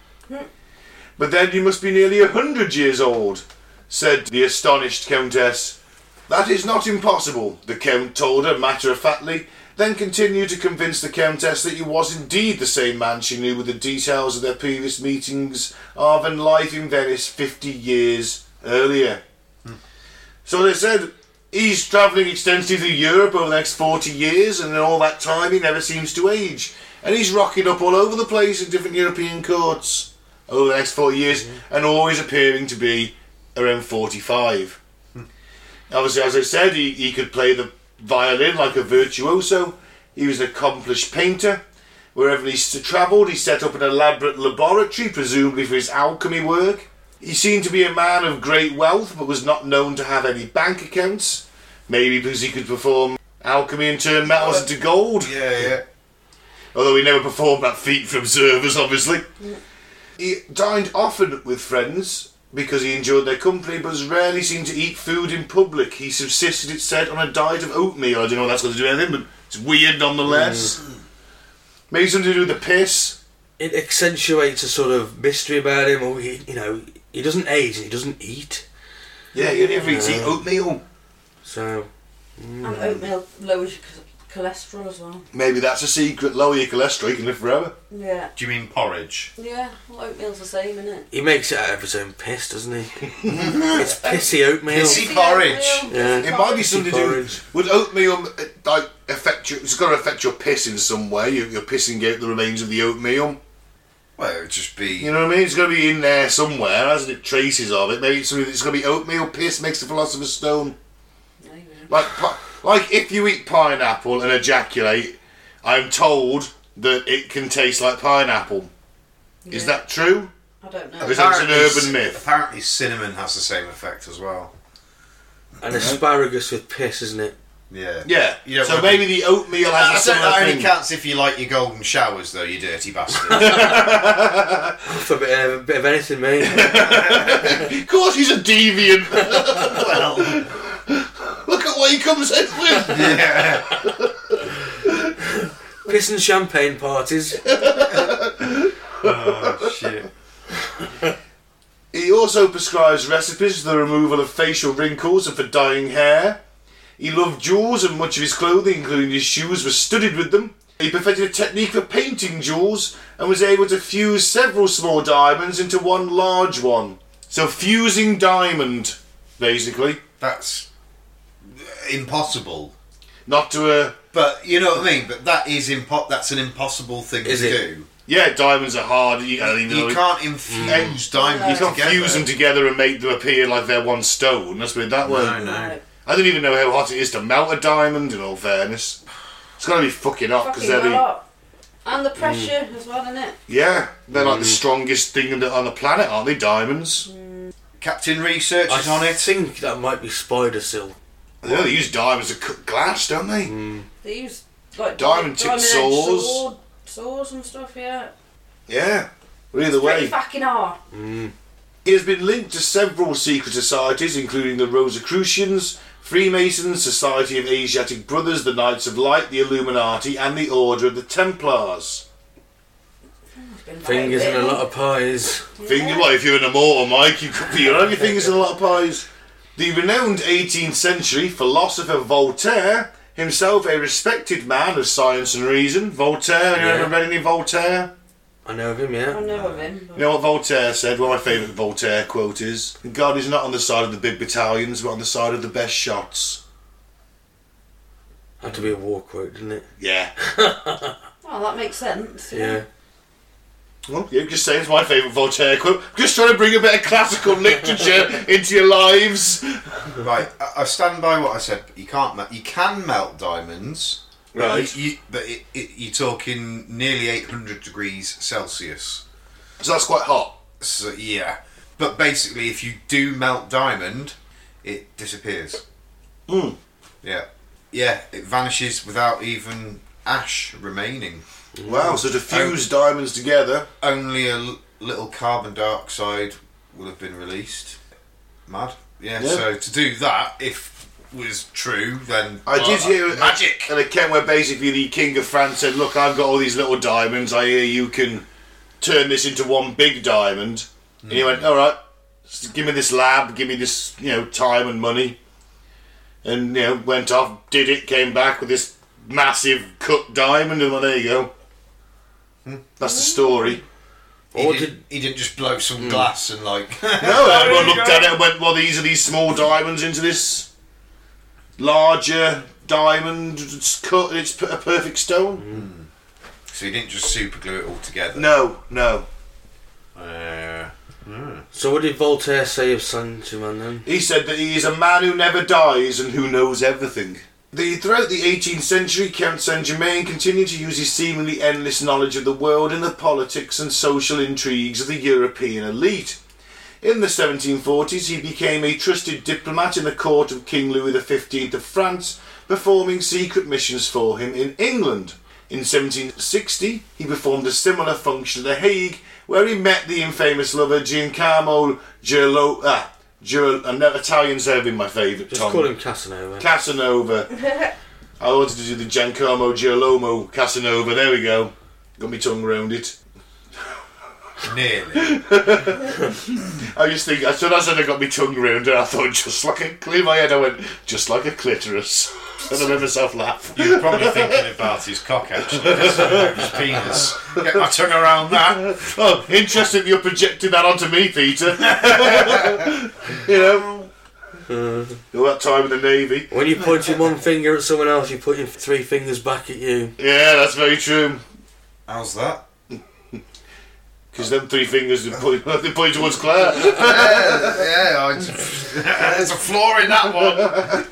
[SPEAKER 1] But then you must be nearly a hundred years old, said the astonished Countess. That is not impossible, the Count told her matter of factly, then continued to convince the Countess that he was indeed the same man she knew with the details of their previous meetings of and life in Venice fifty years earlier. So they said he's travelling extensively Europe over the next 40 years, and in all that time he never seems to age. And he's rocking up all over the place in different European courts over the next 40 years, and always appearing to be around 45. Obviously, as I said, he, he could play the violin like a virtuoso. He was an accomplished painter. Wherever he s- travelled, he set up an elaborate laboratory, presumably for his alchemy work. He seemed to be a man of great wealth, but was not known to have any bank accounts. Maybe because he could perform alchemy and turn metals into gold.
[SPEAKER 4] Yeah, yeah.
[SPEAKER 1] Although he never performed that feat for observers, obviously. He dined often with friends because he enjoyed their company, but was rarely seen to eat food in public. He subsisted, it said, on a diet of oatmeal. I don't know what that's got to do with anything, but it's weird nonetheless. Maybe something to do with the piss.
[SPEAKER 2] It accentuates a sort of mystery about him, or he, you know, He doesn't age and he doesn't eat.
[SPEAKER 1] Yeah, you never eat
[SPEAKER 2] Yeah.
[SPEAKER 1] oatmeal.
[SPEAKER 2] So
[SPEAKER 3] And
[SPEAKER 1] Mm.
[SPEAKER 3] oatmeal lowers your cho- cholesterol as well.
[SPEAKER 1] Maybe that's a secret. Lower your cholesterol, you can live forever.
[SPEAKER 3] Yeah.
[SPEAKER 4] Do you mean porridge?
[SPEAKER 3] Yeah, well, oatmeal's the same, isn't it?
[SPEAKER 2] he makes it out of his own piss, doesn't he? it's pissy oatmeal.
[SPEAKER 4] Pissy- porridge.
[SPEAKER 2] Yeah.
[SPEAKER 1] It might be
[SPEAKER 2] Pissy
[SPEAKER 1] something to do.
[SPEAKER 2] porridge.
[SPEAKER 1] Would oatmeal uh, like affect you? It's got to affect your piss in some way. You- You're pissing out the remains of the oatmeal.
[SPEAKER 4] Well, it would just be.
[SPEAKER 1] You know what I mean? It's going to be in there somewhere, hasn't it? Traces of it. Maybe it's, something- it's going to be oatmeal piss makes the philosopher's stone.
[SPEAKER 3] Maybe.
[SPEAKER 1] Like, pi- like if you eat pineapple and ejaculate, I'm told that it can taste like pineapple. Is
[SPEAKER 3] Yeah.
[SPEAKER 1] that true?
[SPEAKER 3] I don't know.
[SPEAKER 1] Is that an
[SPEAKER 4] Apparently-
[SPEAKER 1] urban myth?
[SPEAKER 4] Apparently, cinnamon has the same effect as well.
[SPEAKER 2] and asparagus with piss, isn't it?
[SPEAKER 4] Yeah.
[SPEAKER 1] Yeah.
[SPEAKER 4] You don't
[SPEAKER 1] so
[SPEAKER 4] wanna
[SPEAKER 1] maybe the oatmeal
[SPEAKER 4] I
[SPEAKER 1] has a
[SPEAKER 4] don't
[SPEAKER 1] similar
[SPEAKER 4] that only
[SPEAKER 1] thing.
[SPEAKER 4] counts if you like your golden showers, though, you dirty bastard.
[SPEAKER 2] For a bit of, a bit of anything, mate.
[SPEAKER 1] Of course, he's a deviant.
[SPEAKER 4] well,
[SPEAKER 1] Look at what he comes in with.
[SPEAKER 4] yeah.
[SPEAKER 2] piss and champagne parties.
[SPEAKER 4] Oh, shit.
[SPEAKER 1] He also prescribes recipes for the removal of facial wrinkles and for dyeing hair. He loved jewels, and much of his clothing, including his shoes, was studded with them. He perfected a technique for painting jewels and was able to fuse several small diamonds into one large one. So, fusing diamond, basically.
[SPEAKER 4] That's impossible.
[SPEAKER 1] Not to uh, a.
[SPEAKER 4] But you know what I mean? But that is impo- that's an impossible thing
[SPEAKER 2] Is
[SPEAKER 4] to
[SPEAKER 2] it?
[SPEAKER 4] do.
[SPEAKER 1] Yeah, diamonds are hard. You, I mean,
[SPEAKER 4] You can't infuse
[SPEAKER 1] Mm. you can't
[SPEAKER 4] diamonds together.
[SPEAKER 1] fuse them together and make them appear like they're one stone. Let's put it that way.
[SPEAKER 4] No, no.
[SPEAKER 3] Right.
[SPEAKER 1] I don't even know how hot it is to melt a diamond. In all fairness, it's got to be fucking hot because
[SPEAKER 3] Fucking
[SPEAKER 1] they're the,
[SPEAKER 3] hot. And
[SPEAKER 1] Mm.
[SPEAKER 3] the pressure as well, isn't it?
[SPEAKER 1] yeah, they're like the strongest thing on the, on the planet, aren't they? Diamonds.
[SPEAKER 3] Mm.
[SPEAKER 4] Captain Research is on
[SPEAKER 2] I
[SPEAKER 4] it.
[SPEAKER 2] think that might be spider silk.
[SPEAKER 1] Yeah, they use diamonds to cut glass, don't they?
[SPEAKER 3] They use like
[SPEAKER 1] Diamond tip
[SPEAKER 3] diamond-edged
[SPEAKER 1] saws.
[SPEAKER 3] sword- saws and stuff. Yeah.
[SPEAKER 1] Yeah. But either
[SPEAKER 3] Pretty
[SPEAKER 1] way,
[SPEAKER 3] fucking hard.
[SPEAKER 1] he has been linked to several secret societies, including the Rosicrucians, Freemasons, Society of Asiatic Brothers, the Knights of Light, the Illuminati, and the Order of the Templars.
[SPEAKER 3] It's been
[SPEAKER 2] Fingers
[SPEAKER 3] like
[SPEAKER 2] in a
[SPEAKER 3] bit-
[SPEAKER 2] lot of pies.
[SPEAKER 1] Finger, well, if you're an immortal, Mike, you could be your only fingers in a lot of pies. The renowned 18th century philosopher Voltaire, himself a respected man of science and reason. Voltaire, you
[SPEAKER 2] Yeah.
[SPEAKER 1] ever read any Voltaire?
[SPEAKER 2] I know of him,
[SPEAKER 3] I
[SPEAKER 2] yeah.
[SPEAKER 3] know of him. but-
[SPEAKER 1] You know what Voltaire said? One of my favourite Voltaire quote is God is not on the side of the big battalions, but on the side of the best shots.
[SPEAKER 2] Had to be a war quote, didn't it?
[SPEAKER 1] Yeah.
[SPEAKER 3] Well, that makes sense.
[SPEAKER 2] Yeah.
[SPEAKER 1] Well, you just saying it's my favourite Voltaire quote. I'm just trying to bring a bit of classical literature into your lives.
[SPEAKER 4] Right, I, I stand by what I said. But you can't. Mel- you can melt diamonds. but
[SPEAKER 1] Right.
[SPEAKER 4] You, you- but it, it, you're talking nearly 800 degrees Celsius.
[SPEAKER 1] So that's quite hot.
[SPEAKER 4] So yeah. But basically, if you do melt diamond, it disappears.
[SPEAKER 1] Mm.
[SPEAKER 4] Yeah. Yeah. It vanishes without even ash remaining.
[SPEAKER 1] Wow, so to fuse diamonds together.
[SPEAKER 4] Only a l- little carbon dioxide will have been released. Mad. Yeah.
[SPEAKER 1] Yeah.
[SPEAKER 4] So to do that, if was true, then
[SPEAKER 1] I did
[SPEAKER 4] Well,
[SPEAKER 1] hear
[SPEAKER 4] magic.
[SPEAKER 1] And account where basically the King of France said, Look, I've got all these little diamonds. I hear you can turn this into one big diamond. And he
[SPEAKER 4] Mm.
[SPEAKER 1] went, All right, s- give me this lab, give me this, you know, time and money. And, you know, went off, did it, came back with this massive cut diamond. And well, there you go.
[SPEAKER 4] Hmm.
[SPEAKER 1] That's the story.
[SPEAKER 4] He,
[SPEAKER 2] Or
[SPEAKER 4] did, Hmm.
[SPEAKER 2] did-
[SPEAKER 4] he didn't just blow some glass and like.
[SPEAKER 1] No, everyone looked at it and went, Well, these are these small diamonds into this larger diamond. It's cut, and it's p- a perfect stone.
[SPEAKER 4] so he didn't just super glue it all together.
[SPEAKER 1] No, no.
[SPEAKER 4] Uh,
[SPEAKER 2] So what did Voltaire say of Sancho Man then?
[SPEAKER 1] He said that he is a man who never dies and who knows everything. The, throughout the 18th century, Count Saint Germain continued to use his seemingly endless knowledge of the world in the politics and social intrigues of the European elite. In the 1740s, he became a trusted diplomat in the court of King Louis XV of France, performing secret missions for him in England. In 1760, he performed a similar function at The Hague, where he met the infamous lover Giacomo Girolamo. Ah, Girol- uh, no, Italians have been my favourite.
[SPEAKER 2] Just
[SPEAKER 1] Tom.
[SPEAKER 2] call him Casanova.
[SPEAKER 1] Casanova. I wanted to do the Giacomo Girolamo Casanova. There we go. Got my tongue round it.
[SPEAKER 4] Nearly.
[SPEAKER 1] I just think, as soon as I got my tongue round it, I thought, just like a, clear my head, I went, just like a clitoris. And I made myself laugh.
[SPEAKER 4] You're probably thinking about his cock, actually. His penis. Get my tongue around that.
[SPEAKER 1] Oh, interesting you're projecting that onto me, Peter. you know? All that time in the Navy.
[SPEAKER 2] When you're pointing one finger at someone else, you're putting three fingers back at you.
[SPEAKER 1] Yeah, that's very true.
[SPEAKER 4] How's that?
[SPEAKER 1] Because them three fingers, they point, they point towards Claire.
[SPEAKER 4] Yeah, I, there's a flaw in that one.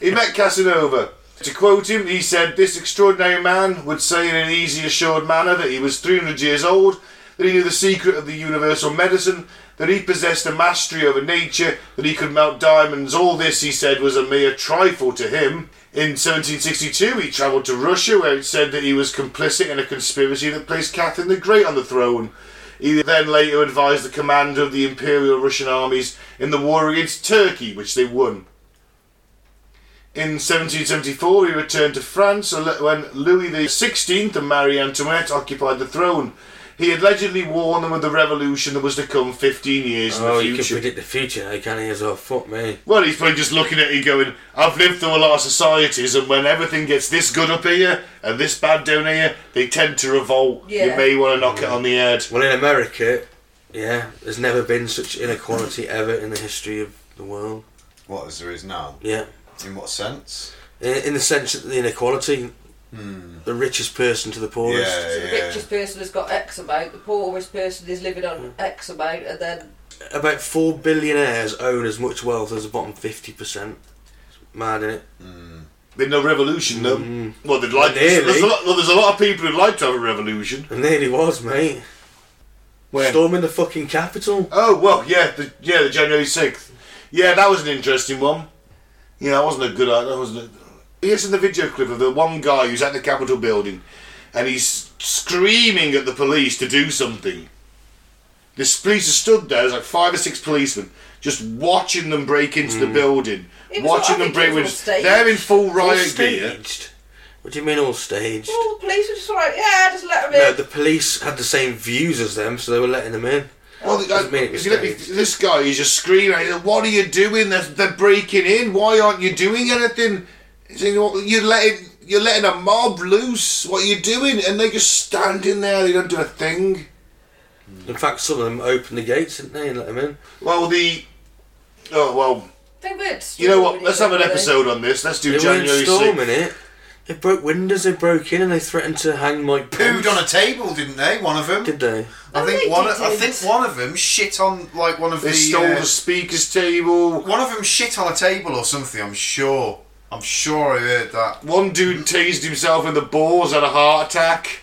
[SPEAKER 1] He met Casanova. To quote him, he said, This extraordinary man would say in an easy, assured manner that he was 300 years old, that he knew the secret of the universal medicine, that he possessed a mastery over nature, that he could melt diamonds. All this, he said, was a mere trifle to him. In 1762, he travelled to Russia, where it said that he was complicit in a conspiracy that placed Catherine the Great on the throne. He then later advised the commander of the Imperial Russian armies in the war against Turkey, which they won. In 1774, he returned to France ele- when Louis XVI and Marie Antoinette occupied the throne. He allegedly warned them of the revolution that was to come 15 years
[SPEAKER 2] Oh,
[SPEAKER 1] in
[SPEAKER 2] you
[SPEAKER 1] the
[SPEAKER 2] can
[SPEAKER 1] future.
[SPEAKER 2] predict the future, eh, can you? As well, fuck me.
[SPEAKER 1] well, he's probably just looking at it going, I've lived through a lot of societies, and when everything gets this good up here and this bad down here, they tend to revolt. You
[SPEAKER 3] Yeah.
[SPEAKER 1] may want to knock it on the head.
[SPEAKER 2] Well, in America, yeah, there's never been such inequality ever in the history of the world.
[SPEAKER 4] What as there is now?
[SPEAKER 2] Yeah.
[SPEAKER 4] In what sense?
[SPEAKER 2] In, in the sense that the inequality,
[SPEAKER 1] Hmm.
[SPEAKER 2] the richest person to the poorest.
[SPEAKER 4] Yeah.
[SPEAKER 3] So the richest person has got X amount, the poorest person is living
[SPEAKER 2] Mm.
[SPEAKER 3] on X amount, and then
[SPEAKER 2] About four billionaires own as much wealth as the bottom 50%. Mad, innit?
[SPEAKER 1] There's no revolution, though.
[SPEAKER 2] Mm.
[SPEAKER 1] Well, they'd like.
[SPEAKER 2] Nearly.
[SPEAKER 1] There's a lot, well, there's a lot of people who'd like to have a revolution.
[SPEAKER 2] And nearly was, mate.
[SPEAKER 1] When?
[SPEAKER 2] Storming the fucking capital.
[SPEAKER 1] Oh well, yeah, the, yeah, the January sixth. Yeah, that was an interesting one. Yeah, that wasn't a good. uh, That wasn't. A, yes, in the video clip of the one guy who's at the Capitol building, and he's screaming at the police to do something. This police has stood there. There's like five or six policemen just watching them break into the building,
[SPEAKER 3] It was
[SPEAKER 1] watching
[SPEAKER 3] all- I
[SPEAKER 1] them
[SPEAKER 3] think
[SPEAKER 1] break.
[SPEAKER 3] it was all
[SPEAKER 1] windows.
[SPEAKER 3] staged.
[SPEAKER 1] They're in full
[SPEAKER 2] All
[SPEAKER 1] riot gear.
[SPEAKER 2] staged. What do you mean all staged?
[SPEAKER 3] all the police are just like, yeah, just let them
[SPEAKER 2] No,
[SPEAKER 3] in.
[SPEAKER 2] the police had the same views as them, so they were letting them in.
[SPEAKER 1] Well, the,
[SPEAKER 2] Doesn't mean it
[SPEAKER 1] if
[SPEAKER 2] was
[SPEAKER 1] you let me,
[SPEAKER 2] staged.
[SPEAKER 1] this guy is just screaming. What are you doing? They're, they're breaking in. Why aren't you doing anything? He's saying, "What- You're letting you're letting a mob loose. What are you doing? And they just stand in there. They don't do a thing.
[SPEAKER 2] In fact, some of them opened the gates, didn't they, and let them in.
[SPEAKER 1] Well, the oh well.
[SPEAKER 3] They would.
[SPEAKER 1] You know what? Let's have an episode on this. Let's do
[SPEAKER 2] They
[SPEAKER 1] January
[SPEAKER 2] weren't storming
[SPEAKER 1] sixth.
[SPEAKER 2] it. They broke windows, they broke in, and they threatened to hang my
[SPEAKER 4] Pooed on a table, didn't they? One of them.
[SPEAKER 2] Did they?
[SPEAKER 4] I
[SPEAKER 3] No,
[SPEAKER 4] think
[SPEAKER 3] they
[SPEAKER 4] one. I
[SPEAKER 3] didn't.
[SPEAKER 4] think one of them shit on like one of
[SPEAKER 1] They
[SPEAKER 4] the.
[SPEAKER 1] stole
[SPEAKER 4] uh,
[SPEAKER 1] the speaker's table.
[SPEAKER 4] one of them shit on a table or something. I'm sure. I'm sure I heard that.
[SPEAKER 1] One dude tased himself in the balls, had a heart attack.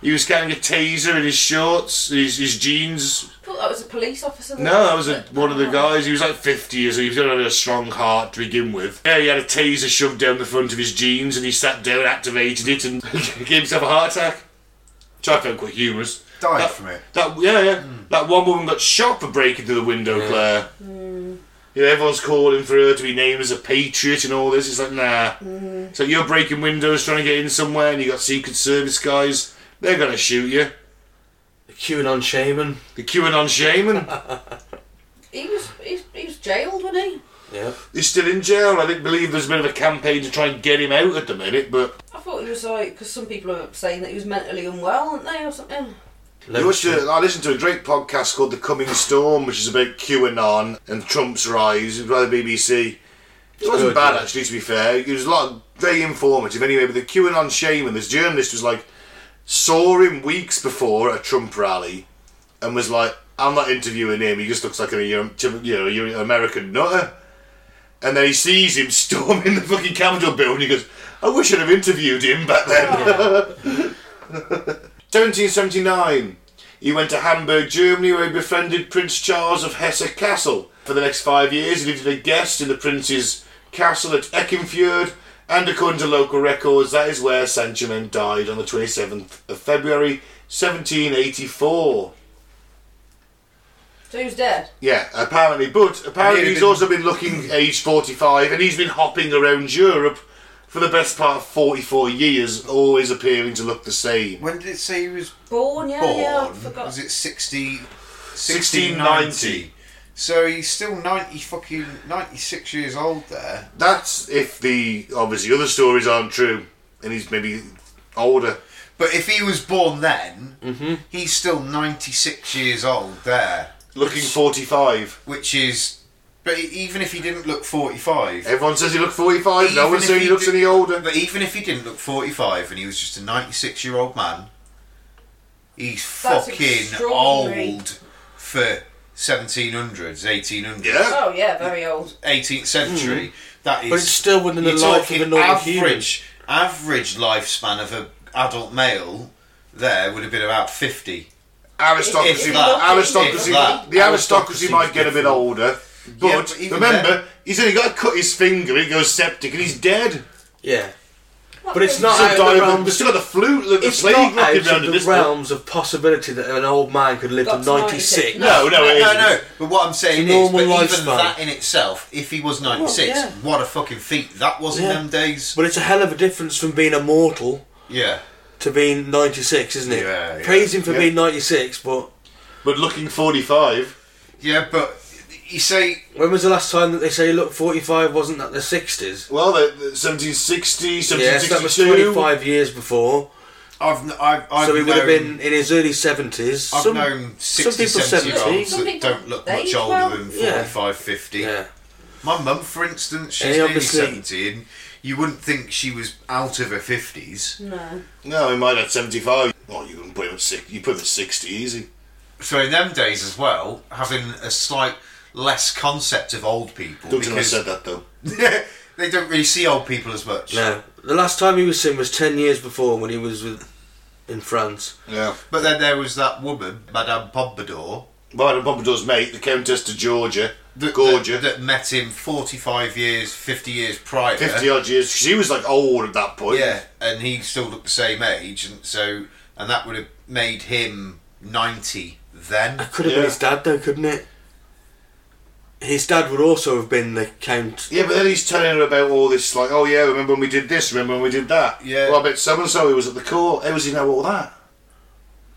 [SPEAKER 1] he was carrying a taser in his shorts, his, his jeans.
[SPEAKER 3] I thought that was a police officer. that-
[SPEAKER 1] No, that was a, one of the guys. He was like 50 years old. He was going to have a strong heart to begin with. Yeah, he had a taser shoved down the front of his jeans and he sat down, activated it, and gave himself a heart attack. Which I found quite humorous.
[SPEAKER 4] Died
[SPEAKER 1] That-
[SPEAKER 4] from it. Hmm.
[SPEAKER 1] That, yeah, yeah. That one woman got shot for breaking through the window, Claire. You know, everyone's calling for her to be named as a patriot and all this. It's like, nah. So you're breaking windows trying to get in somewhere and you got Secret Service guys. They're going to shoot you.
[SPEAKER 2] The QAnon shaman.
[SPEAKER 1] The QAnon shaman.
[SPEAKER 3] He was, he, was- he was jailed, wasn't he?
[SPEAKER 2] Yeah.
[SPEAKER 1] He's still in jail. I didn't believe there's a bit of a campaign to try and get him out at the minute, but
[SPEAKER 3] I thought he was like, because some people are saying that he was mentally unwell, aren't they, or something?
[SPEAKER 1] you watched a- I listened to a great podcast called The Coming Storm, which is about QAnon and Trump's rise by the BBC. It wasn't
[SPEAKER 2] good,
[SPEAKER 1] bad
[SPEAKER 2] yeah.
[SPEAKER 1] actually, to be fair. It was a lot of, very informative anyway. But the QAnon shaman, this journalist was like saw him weeks before at a Trump rally, and was like, "I'm not interviewing him. He just looks like a you know you American nutter." And then he sees him storming the fucking Capitol building. He goes, "I wish I'd have interviewed him back then." 1779. He went to Hamburg, Germany, where he befriended Prince Charles of Hesse Castle. For the next five years, he lived as a guest in the prince's castle at Eckingfjord, and according to local records, that is where Saint Germain died on the 27th of February, 1784.
[SPEAKER 3] So he was dead.
[SPEAKER 1] Yeah, apparently, but
[SPEAKER 4] And
[SPEAKER 1] apparently
[SPEAKER 4] he'd
[SPEAKER 1] he's
[SPEAKER 4] been-
[SPEAKER 1] also been looking aged 45, and he's been hopping around Europe for the best part of 44 years, always appearing to look the same.
[SPEAKER 4] When did it say he was
[SPEAKER 3] Born, yeah,
[SPEAKER 4] born?
[SPEAKER 3] yeah, I forgot.
[SPEAKER 4] Was it 60,
[SPEAKER 1] 1690.
[SPEAKER 4] So he's still 90 fucking 96 years old there.
[SPEAKER 1] That's if the obviously other stories aren't true, and he's maybe older.
[SPEAKER 4] But if he was born then,
[SPEAKER 3] Mm-hmm.
[SPEAKER 4] he's still 96 years old there,
[SPEAKER 1] Looking 45.
[SPEAKER 4] which is. But e- even if he didn't look 45.
[SPEAKER 1] Everyone says he looked 45. no
[SPEAKER 4] even
[SPEAKER 1] one's
[SPEAKER 4] if
[SPEAKER 1] saying he looks
[SPEAKER 4] did-
[SPEAKER 1] any older.
[SPEAKER 4] But even if he didn't look 45 and he was just a 96 year old man, he's
[SPEAKER 3] That's
[SPEAKER 4] fucking
[SPEAKER 3] extraordinary.
[SPEAKER 4] old for 1700s, 1800s,
[SPEAKER 1] Yeah.
[SPEAKER 3] Oh, yeah, very old.
[SPEAKER 4] 18th century. That is.
[SPEAKER 2] Hmm. But it's still within the
[SPEAKER 4] You're
[SPEAKER 2] life of a
[SPEAKER 4] talking
[SPEAKER 2] normal human.
[SPEAKER 4] average average lifespan of an adult male there would have been about 50
[SPEAKER 1] Aristocracy.
[SPEAKER 4] If that.
[SPEAKER 1] aristocracy.
[SPEAKER 4] If that.
[SPEAKER 1] The aristocracy might get a bit
[SPEAKER 2] Aristocracy's
[SPEAKER 1] older. But,
[SPEAKER 4] Yeah, but even
[SPEAKER 1] remember,
[SPEAKER 4] then-
[SPEAKER 1] he's only got to cut his finger, he goes septic, and he's dead.
[SPEAKER 2] Yeah. But it's not
[SPEAKER 1] Still
[SPEAKER 2] out of
[SPEAKER 1] dying
[SPEAKER 2] the
[SPEAKER 1] of
[SPEAKER 2] realm.
[SPEAKER 1] He's still got the flute, the
[SPEAKER 2] It's
[SPEAKER 1] plague
[SPEAKER 2] not
[SPEAKER 1] knocking
[SPEAKER 2] out
[SPEAKER 1] round
[SPEAKER 2] of
[SPEAKER 1] at
[SPEAKER 2] the
[SPEAKER 1] this point.
[SPEAKER 2] realms of possibility that an old man could live
[SPEAKER 3] That's
[SPEAKER 2] to 96.
[SPEAKER 1] No, no, it
[SPEAKER 4] no
[SPEAKER 1] isn't.
[SPEAKER 4] no but what i'm saying
[SPEAKER 2] It's a
[SPEAKER 4] is but
[SPEAKER 2] normal
[SPEAKER 4] even
[SPEAKER 2] lifespan.
[SPEAKER 4] that in itself if he was 96
[SPEAKER 2] Well, yeah.
[SPEAKER 4] what a fucking feat that was in
[SPEAKER 2] Yeah.
[SPEAKER 4] them days
[SPEAKER 2] But it's a hell of a difference from being immortal
[SPEAKER 4] yeah
[SPEAKER 2] to being 96, isn't it?
[SPEAKER 4] Yeah, yeah.
[SPEAKER 2] Praise him for
[SPEAKER 1] Yeah.
[SPEAKER 2] being 96, but
[SPEAKER 1] But looking 45,
[SPEAKER 4] yeah but you say
[SPEAKER 2] when was the last time that they say, look, 45 wasn't that the 60s?
[SPEAKER 1] well, the, the 1760,
[SPEAKER 2] Yes, that was
[SPEAKER 1] 1762.
[SPEAKER 2] 25 years before.
[SPEAKER 4] i've kn- i've, I've
[SPEAKER 2] so he would have
[SPEAKER 4] known-
[SPEAKER 2] been in his early 70s.
[SPEAKER 4] I've
[SPEAKER 2] Some-
[SPEAKER 4] known 60,
[SPEAKER 2] some people
[SPEAKER 4] 70 year
[SPEAKER 2] 70.
[SPEAKER 4] olds
[SPEAKER 3] Some
[SPEAKER 4] that
[SPEAKER 3] people
[SPEAKER 4] don't look
[SPEAKER 3] age
[SPEAKER 4] much older
[SPEAKER 3] well.
[SPEAKER 4] than 45,
[SPEAKER 2] Yeah.
[SPEAKER 4] 50.
[SPEAKER 2] Yeah.
[SPEAKER 4] My mum, for instance, she's
[SPEAKER 2] Yeah,
[SPEAKER 4] nearly
[SPEAKER 2] obviously.
[SPEAKER 4] 70 and you wouldn't think she was out of her 50s.
[SPEAKER 3] No.
[SPEAKER 1] No, he might have 75. Oh, you can put him at six. You put him at 60 easy.
[SPEAKER 4] So in them days as well, having a slight less concept of old people
[SPEAKER 1] Don't tell I
[SPEAKER 4] because
[SPEAKER 1] said that though.
[SPEAKER 4] they don't really see old people as much.
[SPEAKER 2] No. The last time he was seen was 10 years before when he was with in France.
[SPEAKER 1] Yeah.
[SPEAKER 4] But then there was that woman, Madame Pompadour,
[SPEAKER 1] Madame Pompadour's mate, the Countess de Georgia,
[SPEAKER 4] that,
[SPEAKER 1] Georgia,
[SPEAKER 4] that, that met him 45 years, 50 years prior.
[SPEAKER 1] 50 odd years. She was like old at that point.
[SPEAKER 4] Yeah, and he still looked the same age, and so and that would have made him ninety then.
[SPEAKER 2] Could have
[SPEAKER 1] Yeah.
[SPEAKER 2] been his dad, though, couldn't it? His dad would also have been the Count.
[SPEAKER 1] Yeah, but then he's telling her about all this, like, oh yeah, remember when we did this? Remember when we did that?
[SPEAKER 4] Yeah.
[SPEAKER 1] Well, I bet so and so he was at the court. How does he know all that?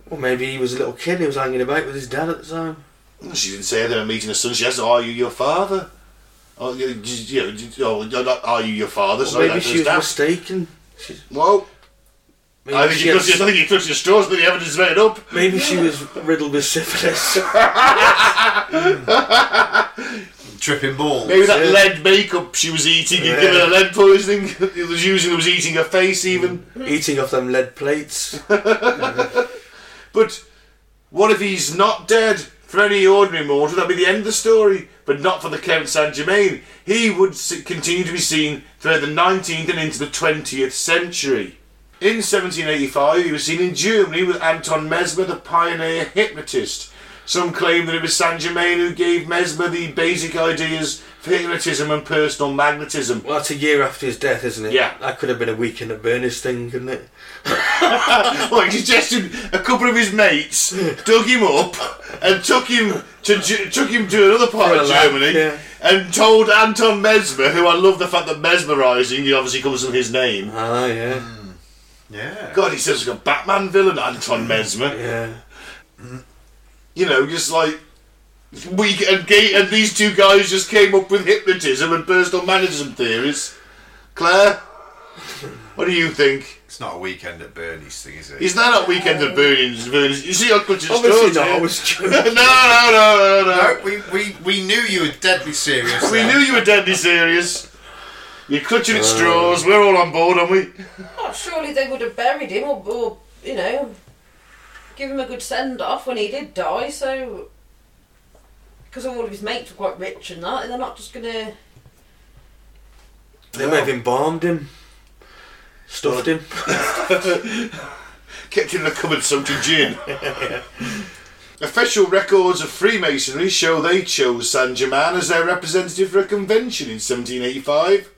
[SPEAKER 2] Or maybe he was a little kid he was hanging about with his dad at the time.
[SPEAKER 1] She didn't say they're meeting her son. She asked, "Are you your father?" Oh, you, you know, you- oh, you're not- are you your father?
[SPEAKER 2] Or
[SPEAKER 1] Sorry,
[SPEAKER 2] maybe
[SPEAKER 1] that
[SPEAKER 2] she was
[SPEAKER 1] that.
[SPEAKER 2] mistaken. She,
[SPEAKER 1] Well,
[SPEAKER 2] maybe
[SPEAKER 1] I think
[SPEAKER 2] she
[SPEAKER 1] you
[SPEAKER 2] had
[SPEAKER 1] touched, I think you touched your straws, but the evidence made up.
[SPEAKER 2] Maybe she was riddled with syphilis.
[SPEAKER 4] Tripping balls.
[SPEAKER 1] Maybe that
[SPEAKER 2] Yeah.
[SPEAKER 1] lead makeup she was eating had
[SPEAKER 2] Yeah.
[SPEAKER 1] given her lead poisoning. It was using it was eating her face even.
[SPEAKER 2] Eating off them lead plates.
[SPEAKER 1] But what if he's not dead? For any ordinary mortal, that'd be the end of the story. But not for the Count Saint Germain. He would s- continue to be seen throughout the 19th and into the 20th century. In 1785, he was seen in Germany with Anton Mesmer, the pioneer hypnotist. Some claim that it was Saint Germain who gave Mesmer the basic ideas for hypnotism and personal magnetism.
[SPEAKER 2] Well, that's a year after his death, isn't it?
[SPEAKER 1] Yeah.
[SPEAKER 2] That could have been a weekend at Berners thing, couldn't it?
[SPEAKER 1] Well, he suggested a couple of his mates dug him up and took him to Ge- took him to another part
[SPEAKER 2] For a
[SPEAKER 1] of
[SPEAKER 2] lap,
[SPEAKER 1] Germany
[SPEAKER 2] yeah.
[SPEAKER 1] and told Anton Mesmer, who I love the fact that mesmerising obviously comes from his name.
[SPEAKER 2] Ah, yeah.
[SPEAKER 4] Yeah.
[SPEAKER 1] God, he sounds like a Batman villain, Anton Mesmer.
[SPEAKER 2] Yeah.
[SPEAKER 1] You know, just like we and Gate and these two guys just came up with hypnotism and personal management theories. Claire, what do you think?
[SPEAKER 4] It's not a weekend at Bernie's thing, is it?
[SPEAKER 1] Is that not Weekend at Bernie's? Bernie's? You see, I cut your
[SPEAKER 2] Obviously
[SPEAKER 1] straws
[SPEAKER 2] not.
[SPEAKER 1] here.
[SPEAKER 2] I was
[SPEAKER 1] no, no,
[SPEAKER 2] joking.
[SPEAKER 1] no, no, no.
[SPEAKER 4] no, we, we, we knew you were deadly serious.
[SPEAKER 1] We
[SPEAKER 4] then.
[SPEAKER 1] knew you were deadly serious. You're clutching at straws. We're all on board, aren't we?
[SPEAKER 3] Oh, surely they would have buried him or, or you know, give him a good send off when he did die, so. Because all of his mates were quite rich and that, they're not just gonna.
[SPEAKER 2] They may have embalmed him. Stuffed him.
[SPEAKER 1] Kept in the cupboard soaked in gin. Official records of Freemasonry show they chose San Germain as their representative for a convention in 1785.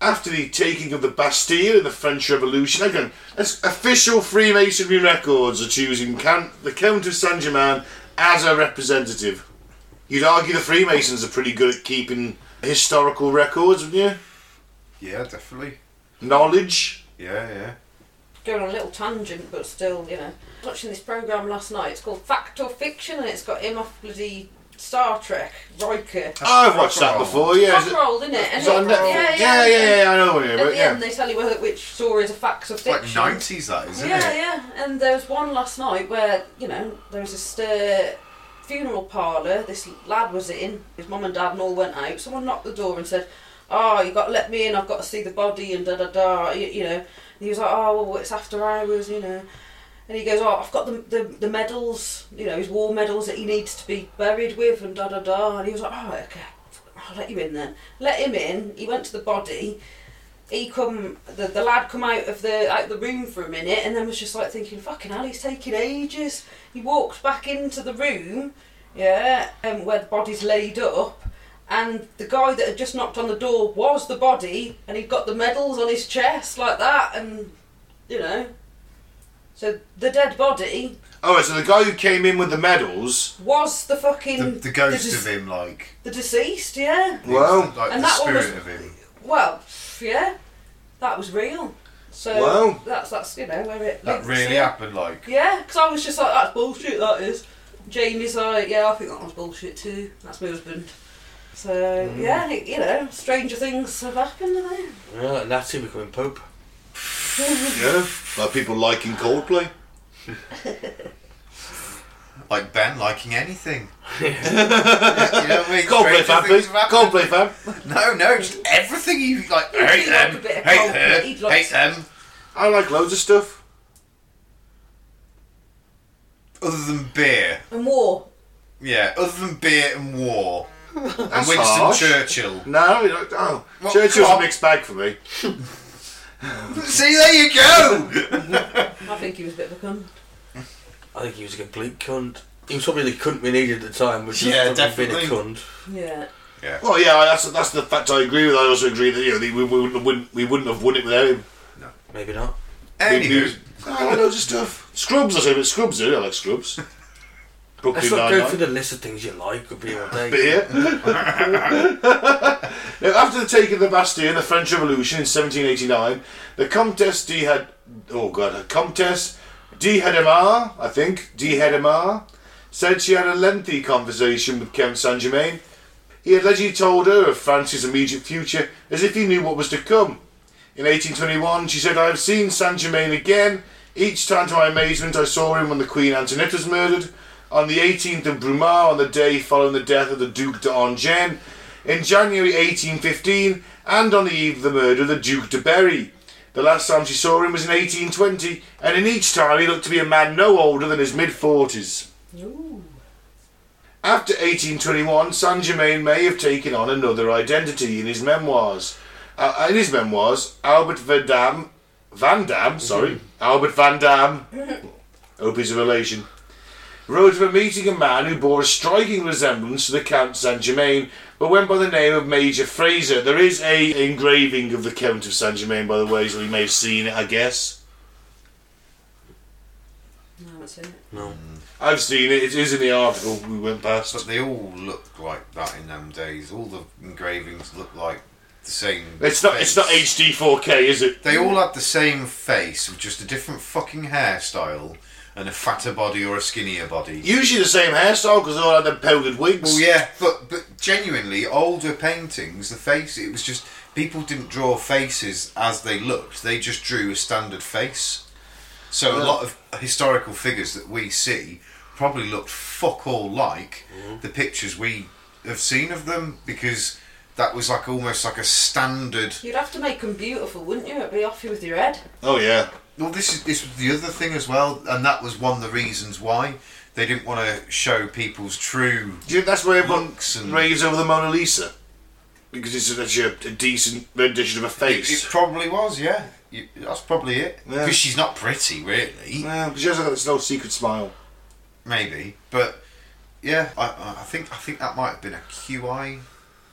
[SPEAKER 1] After the taking of the Bastille in the French Revolution, again, that's official Freemasonry records are choosing Count, the Count of Saint Germain as a representative. You'd argue the Freemasons are pretty good at keeping historical records, wouldn't you?
[SPEAKER 4] Yeah, definitely.
[SPEAKER 1] Knowledge.
[SPEAKER 4] Yeah, yeah.
[SPEAKER 3] going on a little tangent, but still, you know. Watching this program last night. It's called Fact or Fiction, and it's got him off bloody Star Trek, Riker.
[SPEAKER 1] I've watched that
[SPEAKER 4] Rock'n'roll.
[SPEAKER 1] before. Yeah. Is
[SPEAKER 3] Rock
[SPEAKER 1] it-
[SPEAKER 3] roll, isn't it? And
[SPEAKER 1] is it on
[SPEAKER 3] it-
[SPEAKER 1] Netflix?
[SPEAKER 3] Yeah, yeah,
[SPEAKER 1] yeah, yeah, yeah, I know what you mean,
[SPEAKER 3] At
[SPEAKER 1] but
[SPEAKER 3] the
[SPEAKER 1] yeah.
[SPEAKER 3] end, they tell you whether which story is a fact or
[SPEAKER 4] Like
[SPEAKER 3] fiction.
[SPEAKER 4] nineties, that isn't
[SPEAKER 3] yeah,
[SPEAKER 4] it?
[SPEAKER 3] yeah. And there was one last night where, you know, there was a stir funeral parlour. This lad was in, his mum and dad and all went out. Someone knocked the door and said, Oh, you got to let me in, I've got to see the body and da da da, you, you know. And he was like, Oh, well, it's after hours, you know. And he goes, Oh, I've got the, the, the medals, you know, his war medals that he needs to be buried with and da da da. And he was like, Oh, okay, I'll let you in then. Let him in. He went to the body he come the, the lad come out of the out the room for a minute and then was just like thinking fucking hell he's taking ages he walked back into the room yeah um, where the body's laid up and the guy that had just knocked on the door was the body and he'd got the medals on his chest like that and you know so the dead body
[SPEAKER 1] Oh, so the guy who came in with the medals.
[SPEAKER 3] was the fucking
[SPEAKER 4] The, the ghost
[SPEAKER 3] the,
[SPEAKER 4] of him, like,
[SPEAKER 3] the deceased yeah
[SPEAKER 4] the-
[SPEAKER 1] Wow.
[SPEAKER 4] like
[SPEAKER 3] And
[SPEAKER 4] the
[SPEAKER 3] that one was-
[SPEAKER 4] spirit of him.
[SPEAKER 3] well yeah that was real so
[SPEAKER 1] Wow.
[SPEAKER 3] that's that's you know where it
[SPEAKER 4] That
[SPEAKER 3] links,
[SPEAKER 4] really
[SPEAKER 3] yeah.
[SPEAKER 4] happened, like.
[SPEAKER 3] Yeah, because I was just like, that's bullshit, that is. Jamie's like, yeah, I think that one's bullshit too. That's my husband. So, yeah, it- you know, stranger things have happened, have they?
[SPEAKER 2] Yeah, like Natty becoming Pope.
[SPEAKER 1] Yeah. Like people liking Coldplay.
[SPEAKER 4] Like Ben liking anything. you know what I mean?
[SPEAKER 1] Coldplay
[SPEAKER 4] Stranger
[SPEAKER 1] fan, please.
[SPEAKER 4] things have happened.
[SPEAKER 1] Coldplay fan.
[SPEAKER 4] No, no, just everything you like.
[SPEAKER 3] He'd
[SPEAKER 4] Hate
[SPEAKER 3] like
[SPEAKER 4] them,
[SPEAKER 3] a bit of
[SPEAKER 4] hate
[SPEAKER 3] Coldplay,
[SPEAKER 4] her,
[SPEAKER 3] he'd like
[SPEAKER 4] hate
[SPEAKER 3] to-
[SPEAKER 4] them.
[SPEAKER 1] I like loads of stuff.
[SPEAKER 4] Other than beer,
[SPEAKER 3] And war.
[SPEAKER 4] yeah. Other than beer and war and
[SPEAKER 1] That's
[SPEAKER 4] Winston
[SPEAKER 1] harsh.
[SPEAKER 4] Churchill.
[SPEAKER 1] No, you don't- oh.
[SPEAKER 4] Well,
[SPEAKER 1] Churchill's
[SPEAKER 4] come
[SPEAKER 1] a
[SPEAKER 4] on.
[SPEAKER 1] mixed bag for me.
[SPEAKER 4] See, there you go.
[SPEAKER 3] I think he was a bit of a cunt.
[SPEAKER 2] I think he was a complete cunt. He was probably the cunt we needed at the time, which was
[SPEAKER 4] Yeah,
[SPEAKER 2] probably been a
[SPEAKER 4] definitely.
[SPEAKER 2] cunt.
[SPEAKER 3] Yeah.
[SPEAKER 4] yeah.
[SPEAKER 1] Well, yeah, that's that's the fact I agree with. I also agree that you know, we, we, wouldn't, wouldn't, we wouldn't have won it without him.
[SPEAKER 2] Maybe not.
[SPEAKER 4] Anywho,
[SPEAKER 1] I like loads of stuff. Scrubs, I say, but Scrubs, do I like Scrubs.
[SPEAKER 2] Let's
[SPEAKER 1] Brooklyn
[SPEAKER 2] not go
[SPEAKER 1] Nine-Nine.
[SPEAKER 2] through the list of things you like. Could be all day.
[SPEAKER 1] beer. now, after the take of the Bastille in the French Revolution in 1789, the Comtesse de had oh god, Comtesse de Hedemar, I think de Hedemar, said she had a lengthy conversation with Count Saint Germain. He allegedly told her of France's immediate future, as if he knew what was to come. In 1821, she said, "I have seen Saint Germain again. Each time, to my amazement, I saw him when the Queen Antoinette was murdered." on the 18th of Brumaire on the day following the death of the Duc d'Angen in January 1815 and on the eve of the murder of the Duc de Berry. The last time she saw him was in 1820 and in each time he looked to be a man no older than his mid-40s.
[SPEAKER 3] Ooh.
[SPEAKER 1] After 1821, Saint Germain may have taken on another identity in his memoirs. Uh, in his memoirs, Albert Van Damme, Van Damme, sorry, Albert Van Damme, hope he's a relation, wrote of a meeting a man who bore a striking resemblance to the Count Saint Germain, but went by the name of Major Fraser. There is a engraving of the Count of Saint Germain, by the way, so you may have seen it, I guess.
[SPEAKER 3] No, that's it.
[SPEAKER 2] No.
[SPEAKER 1] I've seen it. It is in the article we went past.
[SPEAKER 4] but they all looked like that in them days. All the engravings looked like the same.
[SPEAKER 1] It's not. It's not
[SPEAKER 4] face.
[SPEAKER 1] HD 4K, is it?
[SPEAKER 4] They all had the same face with just a different fucking hairstyle and a fatter body or a skinnier body.
[SPEAKER 1] Usually the same hairstyle because they all had them powdered wigs.
[SPEAKER 4] Well, yeah, but but genuinely, older paintings, the face, it was just people didn't draw faces as they looked; they just drew a standard face. So a lot of historical figures that we see probably looked fuck all like the pictures we have seen of them because that was like almost like a standard.
[SPEAKER 3] You'd have to make them beautiful, wouldn't you? It'd be off you with your head.
[SPEAKER 1] Oh yeah.
[SPEAKER 4] Well, this is this was the other thing as well, and that was one of the reasons why they didn't want to show people's true.
[SPEAKER 1] Do you think that's where everyone
[SPEAKER 4] Looks and-
[SPEAKER 1] raves over the Mona Lisa? Because it's such a, a decent rendition of a
[SPEAKER 4] It, it
[SPEAKER 1] face.
[SPEAKER 4] probably was, yeah. You, that's probably it.
[SPEAKER 1] Yeah.
[SPEAKER 4] Because she's not pretty, really.
[SPEAKER 1] Yeah, because she has like this no secret smile.
[SPEAKER 4] Maybe, but yeah, I- I, I think I think that might have been a QI,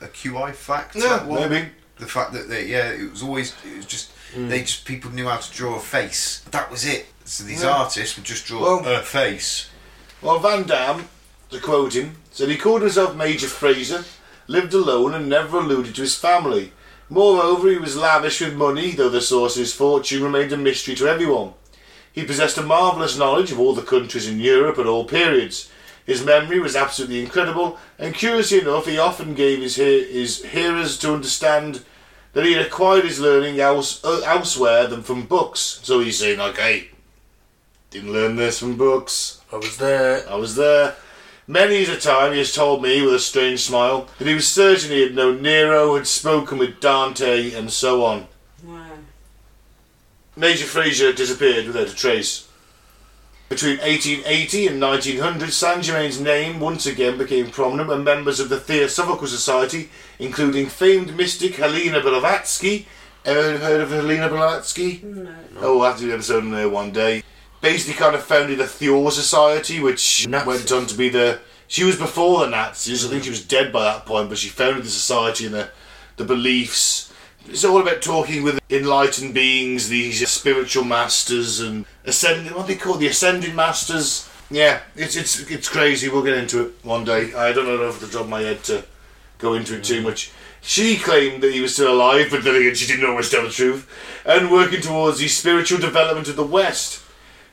[SPEAKER 4] a QI fact.
[SPEAKER 1] Yeah,
[SPEAKER 4] that one.
[SPEAKER 1] maybe. Hmm.
[SPEAKER 4] The fact that they, yeah, it was always it was just they just people knew how to draw a face. That was it. So these
[SPEAKER 1] Yeah.
[SPEAKER 4] artists would just draw
[SPEAKER 1] Well-
[SPEAKER 4] a face.
[SPEAKER 1] Well, Van Damme, to quote him, said he called himself Major Fraser, lived alone, and never alluded to his family. Moreover, he was lavish with money, though the source of his fortune remained a mystery to everyone. He possessed a marvellous knowledge of all the countries in Europe at all periods. His memory was absolutely incredible, and curiously enough, he often gave his, hear- his hearers to understand that he had acquired his learning else- uh, elsewhere than from books. So he's saying, like, hey, didn't learn this from books.
[SPEAKER 2] I was there.
[SPEAKER 1] I was there. Many a time he has told me with a strange smile that he was certain he had known Nero, had spoken with Dante, and so on.
[SPEAKER 3] Wow.
[SPEAKER 1] Major Fraser disappeared without a trace. Between 1880 and 1900, Saint Germain's name once again became prominent when members of the Theosophical Society, including famed mystic Helena Blavatsky, ever heard of Helena Blavatsky?
[SPEAKER 3] No.
[SPEAKER 1] Oh, we'll have to do an episode on her one day. Basically, kind of founded the Theor Society, which
[SPEAKER 2] Nazis.
[SPEAKER 1] went on to be the. She was before the Nazis. I think she was dead by that point, but she founded the society and the, the beliefs. It's all about talking with enlightened beings, these spiritual masters and ascending. What they call the ascending masters. Yeah, it's it's it's crazy. We'll get into it one day. I don't know off the top of my head to go into it too much. She claimed that he was still alive, but then again, she didn't always tell the truth, and working towards the spiritual development of the West.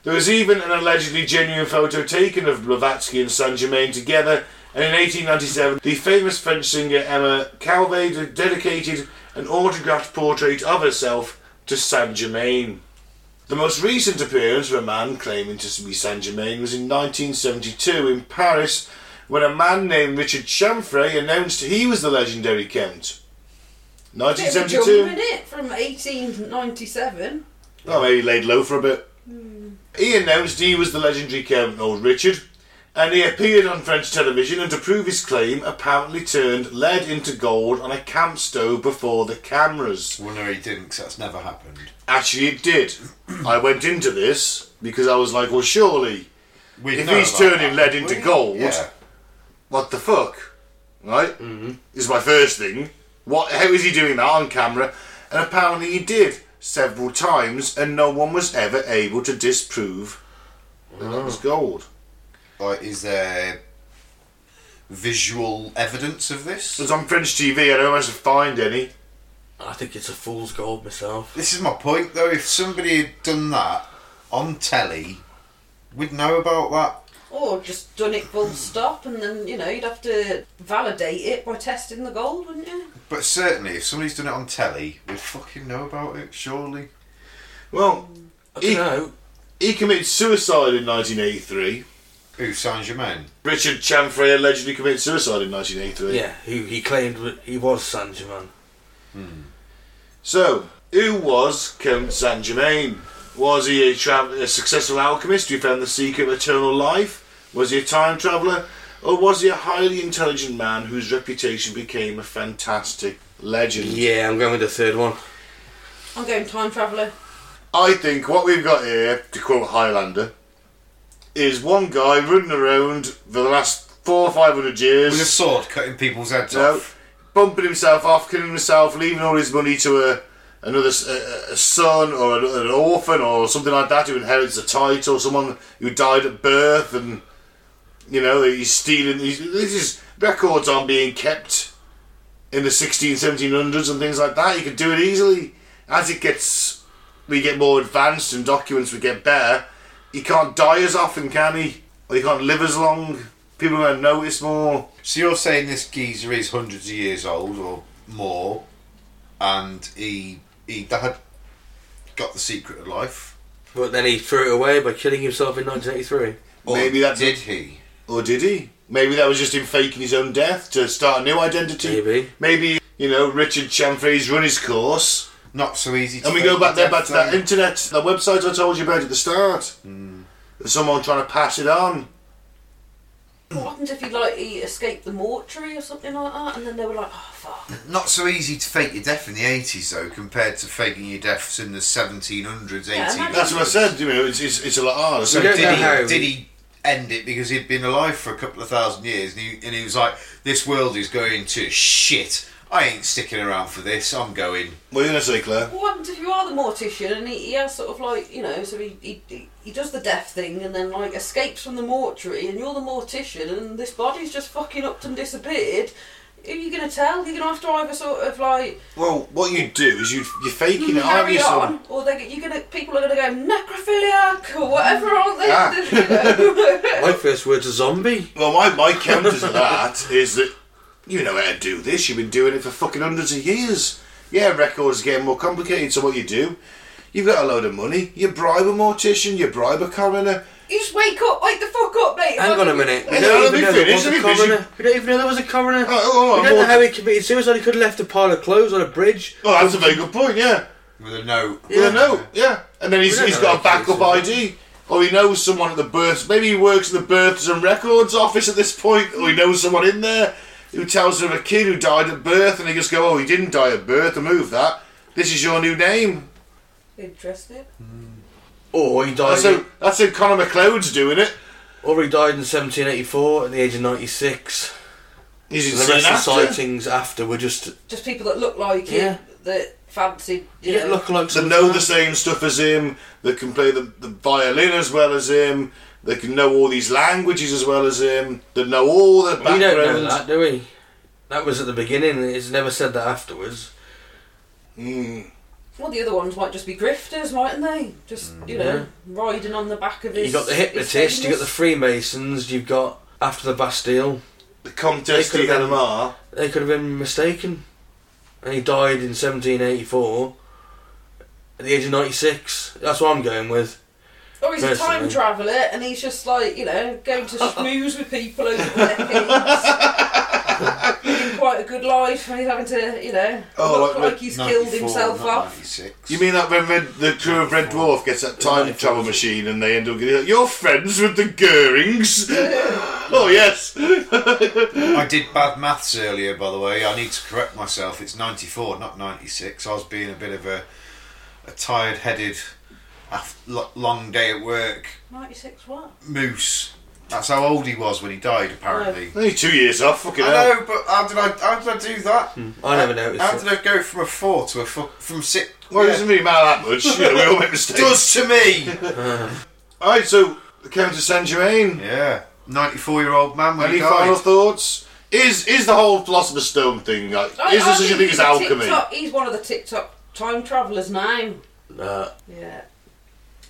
[SPEAKER 1] There was even an allegedly genuine photo taken of Blavatsky and Saint Germain together, and in 1897, the famous French singer Emma Calvé dedicated an autographed portrait of herself to Saint Germain. The most recent appearance of a man claiming to be Saint Germain was in 1972 in Paris, when a man named Richard Chamfrey announced he was the legendary Count.
[SPEAKER 3] Bit of a jump in
[SPEAKER 1] 1972?
[SPEAKER 3] it from 1897.
[SPEAKER 1] Oh, maybe he laid low for a bit. He announced he was the legendary Count Old Richard, and he appeared on French television and, to prove his claim, apparently turned lead into gold on a camp stove before the cameras.
[SPEAKER 4] Well, no, he didn't, 'cause that's never happened.
[SPEAKER 1] Actually, it did. I went into this because I was like, well, surely.
[SPEAKER 4] We'd
[SPEAKER 1] If
[SPEAKER 4] know
[SPEAKER 1] he's
[SPEAKER 4] about
[SPEAKER 1] turning lead
[SPEAKER 4] wouldn't
[SPEAKER 1] into
[SPEAKER 4] we?
[SPEAKER 1] gold-
[SPEAKER 4] yeah.
[SPEAKER 1] what the fuck, right? Mm-hmm. Is my first thing. What? How is he doing that on camera? And apparently he did several times, and no one was ever able to disprove that that was gold.
[SPEAKER 4] Like, is there visual evidence of this?
[SPEAKER 1] It was on French TV. I don't manage to find any.
[SPEAKER 2] I think it's a fool's gold myself.
[SPEAKER 4] This is my point, though. If somebody had done that on telly, we'd know about that.
[SPEAKER 3] Or just done it full stop, and then you know you'd have to validate it by testing the gold, wouldn't you?
[SPEAKER 4] But certainly, if somebody's done it on telly, we'd fucking know about it, surely.
[SPEAKER 1] Well,
[SPEAKER 2] I
[SPEAKER 1] He-
[SPEAKER 2] don't know.
[SPEAKER 1] he committed suicide in 1983.
[SPEAKER 4] Who, Saint Germain?
[SPEAKER 1] Richard Chanfrey allegedly committed suicide in 1983.
[SPEAKER 2] Yeah, who he claimed wa- he was Saint Germain.
[SPEAKER 1] So, who was Count Saint Germain? Was he a, tra- a successful alchemist who found the secret of eternal life? Was he a time traveller? Or was he a highly intelligent man whose reputation became a fantastic legend?
[SPEAKER 2] Yeah, I'm going with the third one.
[SPEAKER 3] I'm going time traveller.
[SPEAKER 1] I think what we've got here, to quote Highlander, is one guy running around for the last four or five hundred years.
[SPEAKER 4] With a sword cutting people's heads
[SPEAKER 1] No,
[SPEAKER 4] off.
[SPEAKER 1] bumping himself off, killing himself, leaving all his money to a another s- a- a son or an, an orphan or something like that who inherits a title, someone who died at birth, and you know he's stealing. He's, this is records aren't being kept in the 16, 1700s and things like that. You could do it easily as it gets. We get more advanced and documents would get better. He can't die as often, can he? Or he can't live as long. People are going to notice more.
[SPEAKER 4] So you're saying this geezer is hundreds of years old or more, and he he had got the secret of life.
[SPEAKER 2] But then he threw it away by killing himself in 1983.
[SPEAKER 4] Or
[SPEAKER 1] Maybe that's-
[SPEAKER 4] did he?
[SPEAKER 1] Or did he? Maybe that was just him faking his own death to start a new identity.
[SPEAKER 2] Maybe.
[SPEAKER 1] Maybe, you know, Richard Chamfrey's run his course.
[SPEAKER 4] Not so easy. To
[SPEAKER 1] And we
[SPEAKER 4] fake
[SPEAKER 1] go back
[SPEAKER 4] the
[SPEAKER 1] there,
[SPEAKER 4] death
[SPEAKER 1] back to that
[SPEAKER 4] then.
[SPEAKER 1] internet, that website I told you about at the start.
[SPEAKER 2] Hmm.
[SPEAKER 1] There's Someone trying to pass it on.
[SPEAKER 3] What happened if he like he escaped the mortuary or something like that, and then they were like, oh fuck.
[SPEAKER 4] Not so easy to fake your death in the eighties though, compared to faking your deaths in the seventeen hundreds,
[SPEAKER 3] Yeah,
[SPEAKER 4] eighteen.
[SPEAKER 3] imagine-
[SPEAKER 1] That's what I said, you know, it's, it's, it's a lot harder.
[SPEAKER 4] So
[SPEAKER 1] So,
[SPEAKER 2] We don't
[SPEAKER 4] did
[SPEAKER 2] know
[SPEAKER 4] he?
[SPEAKER 2] how-
[SPEAKER 4] Did he end it because he'd been alive for a couple of thousand years, and he and he was like, "This world is going to shit. I ain't sticking around for this. I'm going."
[SPEAKER 1] what are you going to say, Claire?
[SPEAKER 3] What happens if you are the mortician and he, he has sort of like you know, so he, he- he he does the death thing and then like escapes from the mortuary, and you're the mortician, and this body's just fucking up and disappeared. Who are you going to tell? You're going to have to either sort of like
[SPEAKER 1] Well, what you do is you you're faking it, aren't
[SPEAKER 3] carry
[SPEAKER 1] you?
[SPEAKER 3] on,
[SPEAKER 1] Son?
[SPEAKER 3] or they you're going to people are going to go necrophiliac or whatever, aren't they?
[SPEAKER 1] Ah.
[SPEAKER 3] You know?
[SPEAKER 2] My first word's a zombie.
[SPEAKER 1] Well, my my counter to that is that you know how to do this. You've been doing it for fucking hundreds of years. Yeah, records are getting more complicated. So what you do? You've got a load of money. You bribe a mortician. You bribe a coroner.
[SPEAKER 3] you just wake up, wake the fuck up, mate.
[SPEAKER 2] Hang
[SPEAKER 3] Like,
[SPEAKER 2] on a minute. We
[SPEAKER 1] Hey,
[SPEAKER 2] don't
[SPEAKER 1] let
[SPEAKER 2] even
[SPEAKER 1] me
[SPEAKER 2] know there
[SPEAKER 1] finish,
[SPEAKER 2] was a
[SPEAKER 1] let me finish.
[SPEAKER 2] coroner. We don't even know there was a coroner.
[SPEAKER 1] Oh, oh,
[SPEAKER 2] we
[SPEAKER 1] I'm
[SPEAKER 2] don't know
[SPEAKER 1] all-
[SPEAKER 2] how he committed suicide. He could have left a pile of clothes on a bridge.
[SPEAKER 1] Oh, that's a very good point. Yeah.
[SPEAKER 4] With a note.
[SPEAKER 1] With a note, yeah. And then
[SPEAKER 2] We
[SPEAKER 1] he's,
[SPEAKER 2] don't
[SPEAKER 1] he's
[SPEAKER 2] know
[SPEAKER 1] got a
[SPEAKER 2] that
[SPEAKER 1] backup
[SPEAKER 2] case,
[SPEAKER 1] ID. Or he knows someone at the birth. Maybe he works at the births and records office at this point. Or he knows someone in there who tells him a kid who died at birth, and he just go, "Oh, he didn't die at birth. Remove that. This is your new name."
[SPEAKER 3] Interested?
[SPEAKER 2] Or he died.
[SPEAKER 1] That's how, that's how Connor McLeod's doing it.
[SPEAKER 2] or he died in 1784 at the age of 96.
[SPEAKER 1] He's
[SPEAKER 2] The
[SPEAKER 1] in
[SPEAKER 2] rest
[SPEAKER 1] the
[SPEAKER 2] of the
[SPEAKER 1] after.
[SPEAKER 2] sightings after were just
[SPEAKER 3] Just people that look like
[SPEAKER 2] Yeah.
[SPEAKER 3] you, that fancy. You
[SPEAKER 2] yeah,
[SPEAKER 3] know.
[SPEAKER 2] lookalikes.
[SPEAKER 1] That know the same stuff as him. That can play the, the violin as well as him. That can know all these languages as well as him. That know all the
[SPEAKER 2] We
[SPEAKER 1] background.
[SPEAKER 2] don't know that, do we? That was at the beginning. It's never said that afterwards.
[SPEAKER 1] Mm.
[SPEAKER 3] Well, the other ones might just be grifters, mightn't they? Just you know, riding on the back of his.
[SPEAKER 2] You got the
[SPEAKER 3] his
[SPEAKER 2] hypnotist. You got the
[SPEAKER 3] famous-
[SPEAKER 2] Freemasons. You've got after the Bastille.
[SPEAKER 1] The Comtesse
[SPEAKER 2] They could've
[SPEAKER 1] de
[SPEAKER 2] been-
[SPEAKER 1] Anamar.
[SPEAKER 2] They could have been mistaken, and he died in 1784 at the age of 96. That's what I'm going with.
[SPEAKER 3] Or he's a
[SPEAKER 2] Personally.
[SPEAKER 3] time traveller and he's just like, you know, going to schmooze with people over the decades. Living quite a good life and he's having to, you know,
[SPEAKER 1] Oh,
[SPEAKER 3] look
[SPEAKER 1] like
[SPEAKER 3] like he's killed
[SPEAKER 4] 94,
[SPEAKER 3] himself
[SPEAKER 4] not
[SPEAKER 3] up.
[SPEAKER 4] 96.
[SPEAKER 1] You mean that when Red, the crew of Red Dwarf gets that time
[SPEAKER 2] Right.
[SPEAKER 1] travel machine and they end up getting you're friends with the Goerings? oh yes.
[SPEAKER 4] I did bad maths earlier, by the way. I need to correct myself. It's 94, not 96. I was being a bit of a, a tired headed, long day at work
[SPEAKER 3] 96 what?
[SPEAKER 4] moose. That's how old he was when he died, apparently.
[SPEAKER 1] Only two years off. Fucking
[SPEAKER 4] I
[SPEAKER 1] hell.
[SPEAKER 4] know, but how did I, how did I do that?
[SPEAKER 1] Hmm.
[SPEAKER 2] I never noticed.
[SPEAKER 4] How
[SPEAKER 2] it.
[SPEAKER 4] did I go from a four to a fu- from six?
[SPEAKER 1] Well, it
[SPEAKER 4] Yeah.
[SPEAKER 1] doesn't really matter that much. You know, we all make mistakes.
[SPEAKER 4] does to me.
[SPEAKER 1] all right, so the Count of Saint Germain.
[SPEAKER 4] yeah, ninety-four-year-old man when
[SPEAKER 1] Any
[SPEAKER 4] he
[SPEAKER 1] final
[SPEAKER 4] died.
[SPEAKER 1] thoughts? Is is the whole Philosopher's Stone thing like?
[SPEAKER 3] I-
[SPEAKER 1] Is
[SPEAKER 3] I
[SPEAKER 1] there such a
[SPEAKER 3] think
[SPEAKER 1] thing
[SPEAKER 3] he's
[SPEAKER 1] as
[SPEAKER 3] a
[SPEAKER 1] alchemy?
[SPEAKER 3] TikTok- he's one of the TikTok time travellers now.
[SPEAKER 2] Uh,
[SPEAKER 3] Yeah.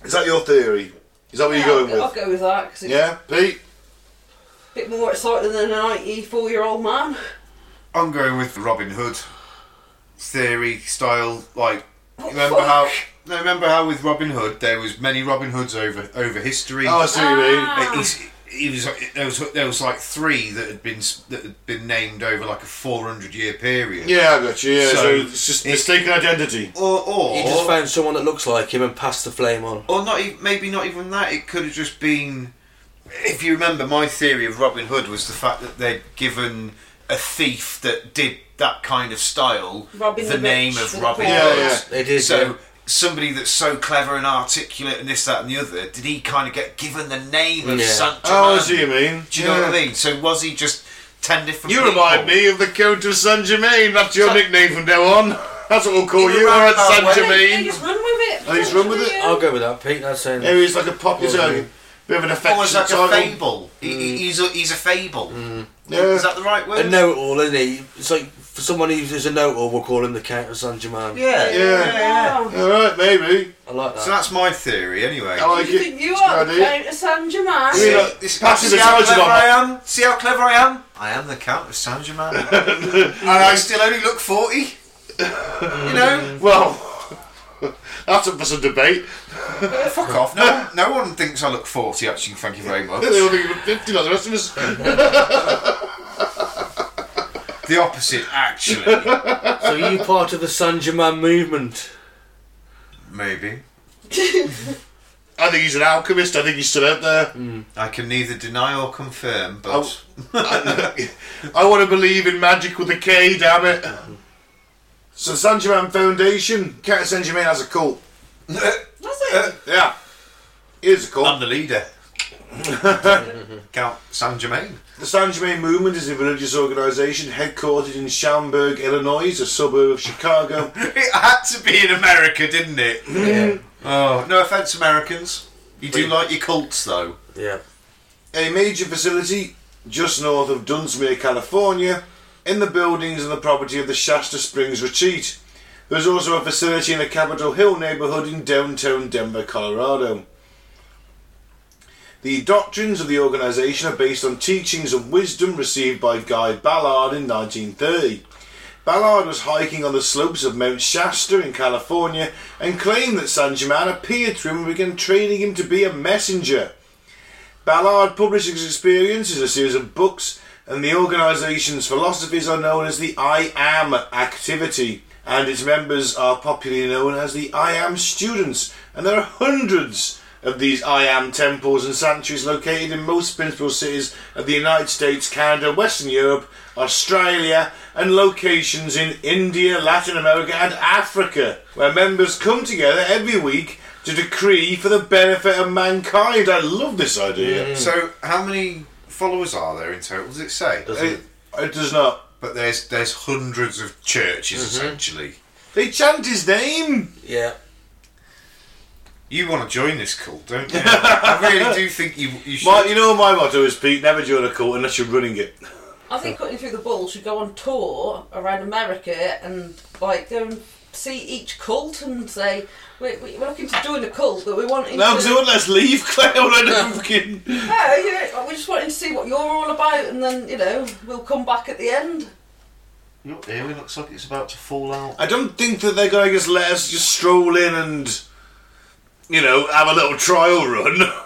[SPEAKER 1] Is that your theory? Is that what
[SPEAKER 3] Yeah,
[SPEAKER 1] you're
[SPEAKER 3] I'll,
[SPEAKER 1] going
[SPEAKER 3] go- I'll
[SPEAKER 1] with?
[SPEAKER 3] go with that because it's
[SPEAKER 1] Yeah, Pete.
[SPEAKER 3] a bit more exciting than a 94 year old man.
[SPEAKER 4] I'm going with Robin Hood theory style. Like, remember how? no, Remember how with Robin Hood there was many Robin Hoods over over history.
[SPEAKER 1] Oh, I see what you mean.
[SPEAKER 3] Ah.
[SPEAKER 4] Uh, he's, he was there was there was like three that had been s- that had been named over like a four hundred year period.
[SPEAKER 1] Yeah, I got you. Yeah, so,
[SPEAKER 4] So,
[SPEAKER 1] it's just
[SPEAKER 4] it-
[SPEAKER 1] mistaken identity.
[SPEAKER 4] Or or
[SPEAKER 2] he just found someone that looks like him and passed the flame on.
[SPEAKER 4] or not even, maybe not even that. It could have just been. If you remember, my theory of Robin Hood was the fact that they'd given a thief that did that kind of style
[SPEAKER 3] Robin
[SPEAKER 4] the
[SPEAKER 3] the
[SPEAKER 4] name
[SPEAKER 3] Rich,
[SPEAKER 4] of
[SPEAKER 3] the
[SPEAKER 4] Robin
[SPEAKER 3] poor.
[SPEAKER 4] Hood.
[SPEAKER 1] Yeah, yeah.
[SPEAKER 2] They did.
[SPEAKER 4] So
[SPEAKER 2] yeah.
[SPEAKER 4] somebody that's so clever and articulate and this, that, and the other, did he kind of get given the name of
[SPEAKER 2] Yeah.
[SPEAKER 4] Saint
[SPEAKER 1] Oh, I
[SPEAKER 4] Germain?
[SPEAKER 1] see what you mean.
[SPEAKER 4] Do you know
[SPEAKER 1] Yeah.
[SPEAKER 4] what I mean? So was he just ten different?
[SPEAKER 1] You
[SPEAKER 4] people?
[SPEAKER 1] remind me of the Count of Saint Germain. That's your
[SPEAKER 4] So-
[SPEAKER 1] nickname from now on. That's what we'll call
[SPEAKER 4] In a
[SPEAKER 1] you. All right,
[SPEAKER 4] roundabout
[SPEAKER 1] Saint
[SPEAKER 4] way.
[SPEAKER 3] They- They
[SPEAKER 1] Germain.
[SPEAKER 3] just run with it.
[SPEAKER 1] They just run with it?
[SPEAKER 3] Yeah.
[SPEAKER 2] I'll go with that, Pete. That's saying.
[SPEAKER 1] Yeah, he's like a popular,
[SPEAKER 2] Yeah.
[SPEAKER 1] bit of an
[SPEAKER 4] Or was
[SPEAKER 1] affectionate
[SPEAKER 4] that
[SPEAKER 1] title.
[SPEAKER 4] a fable? He-
[SPEAKER 2] Mm.
[SPEAKER 4] he- He's a he's a fable.
[SPEAKER 1] Mm. Yeah.
[SPEAKER 4] Is that the right word?
[SPEAKER 2] A know-it-all, isn't he? It's like for someone who's a know-it-all, we'll call him the Count of San Germain.
[SPEAKER 4] Yeah.
[SPEAKER 1] Yeah. All right, maybe.
[SPEAKER 2] I like that.
[SPEAKER 4] So that's my theory, anyway.
[SPEAKER 1] I like
[SPEAKER 3] you
[SPEAKER 1] it.
[SPEAKER 3] think you
[SPEAKER 1] It's a
[SPEAKER 3] are
[SPEAKER 1] good
[SPEAKER 3] the
[SPEAKER 1] idea.
[SPEAKER 3] Count of San Germain?
[SPEAKER 1] Oh, I mean, uh,
[SPEAKER 4] See,
[SPEAKER 1] like,
[SPEAKER 4] this-
[SPEAKER 1] passive
[SPEAKER 4] see how
[SPEAKER 1] intelligence
[SPEAKER 4] clever
[SPEAKER 1] on
[SPEAKER 4] I
[SPEAKER 1] that.
[SPEAKER 4] am. See how clever I am. I am the Count of San Germain, and I still only look forty. You know,
[SPEAKER 1] Well, that's up for some debate.
[SPEAKER 4] fuck off. No, one- no one thinks I look forty. Actually, thank you very much.
[SPEAKER 1] They were thinking of 50 like the rest of us.
[SPEAKER 4] The opposite, actually.
[SPEAKER 2] So are you part of the San Germain movement?
[SPEAKER 4] Maybe
[SPEAKER 1] I think he's an alchemist. I think he's still out there.
[SPEAKER 4] I can neither deny or confirm, but
[SPEAKER 1] Oh. I want to believe in magic with a K, damn it. So, Saint Germain Foundation. Count of Saint Germain has a cult.
[SPEAKER 3] That's
[SPEAKER 1] Uh,
[SPEAKER 3] it.
[SPEAKER 1] Yeah. It is a cult.
[SPEAKER 4] I'm the leader. Count San Germain.
[SPEAKER 1] The Saint Germain Movement is a religious organisation headquartered in Schaumburg, Illinois, a suburb of Chicago.
[SPEAKER 4] It had to be in America, didn't it?
[SPEAKER 2] Mm.
[SPEAKER 4] Oh, no offense, Americans. You do like your cults, though.
[SPEAKER 2] Yeah.
[SPEAKER 1] a major facility just north of Dunsmuir, California, in the buildings and the property of the Shasta Springs Retreat. There's also a facility in the Capitol Hill neighborhood in downtown Denver, Colorado. The doctrines of the organization are based on teachings of wisdom received by Guy Ballard in 1930. Ballard was hiking on the slopes of Mount Shasta in California and claimed that San Germain appeared to him and began training him to be a messenger. Ballard published his experience as a series of books, and the organization's philosophies are known as the I Am activity, and its members are popularly known as the I Am students. And there are hundreds of these I Am temples and sanctuaries located in most principal cities of the United States, Canada, Western Europe, Australia, and locations in India, Latin America, and Africa, where members come together every week to decree for the benefit of mankind. I love this idea.
[SPEAKER 4] So, how many followers are there in total? Does it say? Uh,
[SPEAKER 2] Doesn't
[SPEAKER 1] It, it does not.
[SPEAKER 4] But there's there's hundreds of churches essentially.
[SPEAKER 1] They chant his name.
[SPEAKER 2] Yeah.
[SPEAKER 4] You want to join this cult, don't you? I really do think you you should.
[SPEAKER 1] My, you know what my motto is, Pete? Never join a cult unless you're running it.
[SPEAKER 3] I think
[SPEAKER 1] uh.
[SPEAKER 3] Cutting Through the Bull should go on tour around America and like go and see each cult and say we're, we're looking to join a cult, but we want
[SPEAKER 1] No,
[SPEAKER 3] to.
[SPEAKER 1] because they wouldn't let us leave. Claire, I don't fucking.
[SPEAKER 3] Yeah, Oh, yeah, like, we just wanted to see what you're all about, and then you know we'll come back at the end.
[SPEAKER 5] Look, here it looks like it's about to fall out.
[SPEAKER 1] I don't think that they're going to just let us just stroll in and, you know, have a little trial run.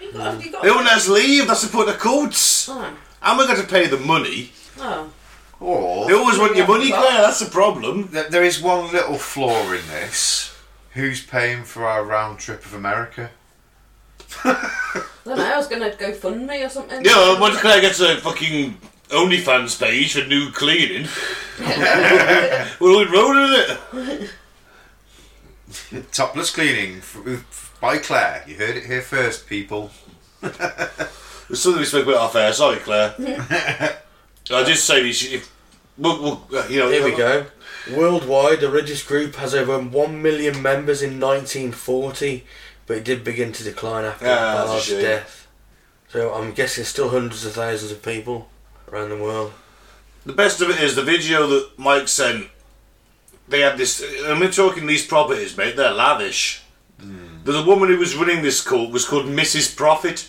[SPEAKER 3] You got, you got
[SPEAKER 1] They won't let us leave. That's the point of cults.
[SPEAKER 3] Oh,
[SPEAKER 1] And we're going to pay the money.
[SPEAKER 3] oh.
[SPEAKER 4] Or
[SPEAKER 1] They always want your money, Claire. That's the problem.
[SPEAKER 4] There- there is one little flaw in this. Who's paying for our round trip of America?
[SPEAKER 3] I don't know. I was gonna go fund me or something.
[SPEAKER 1] Yeah, well, once Claire gets a fucking OnlyFans page for new cleaning, we're all rolling in it.
[SPEAKER 4] Topless cleaning f- f- by Claire. You heard it here first, people.
[SPEAKER 1] There's something we spoke about off air. Sorry, Claire. I did say we should. If, we'll, we'll, uh, you know,
[SPEAKER 2] Here we go. Worldwide, the religious group has over 1 million members in 1940, but it did begin to decline after
[SPEAKER 1] Ah, that's a
[SPEAKER 2] Ballard's
[SPEAKER 1] shame.
[SPEAKER 2] death. So I'm guessing still hundreds of thousands of people around the world.
[SPEAKER 1] The best of it is the video that Mike sent. They had this, and we're talking these properties, mate. They're lavish.
[SPEAKER 2] Hmm.
[SPEAKER 1] There's a woman who was running this cult was called Mrs. Profit.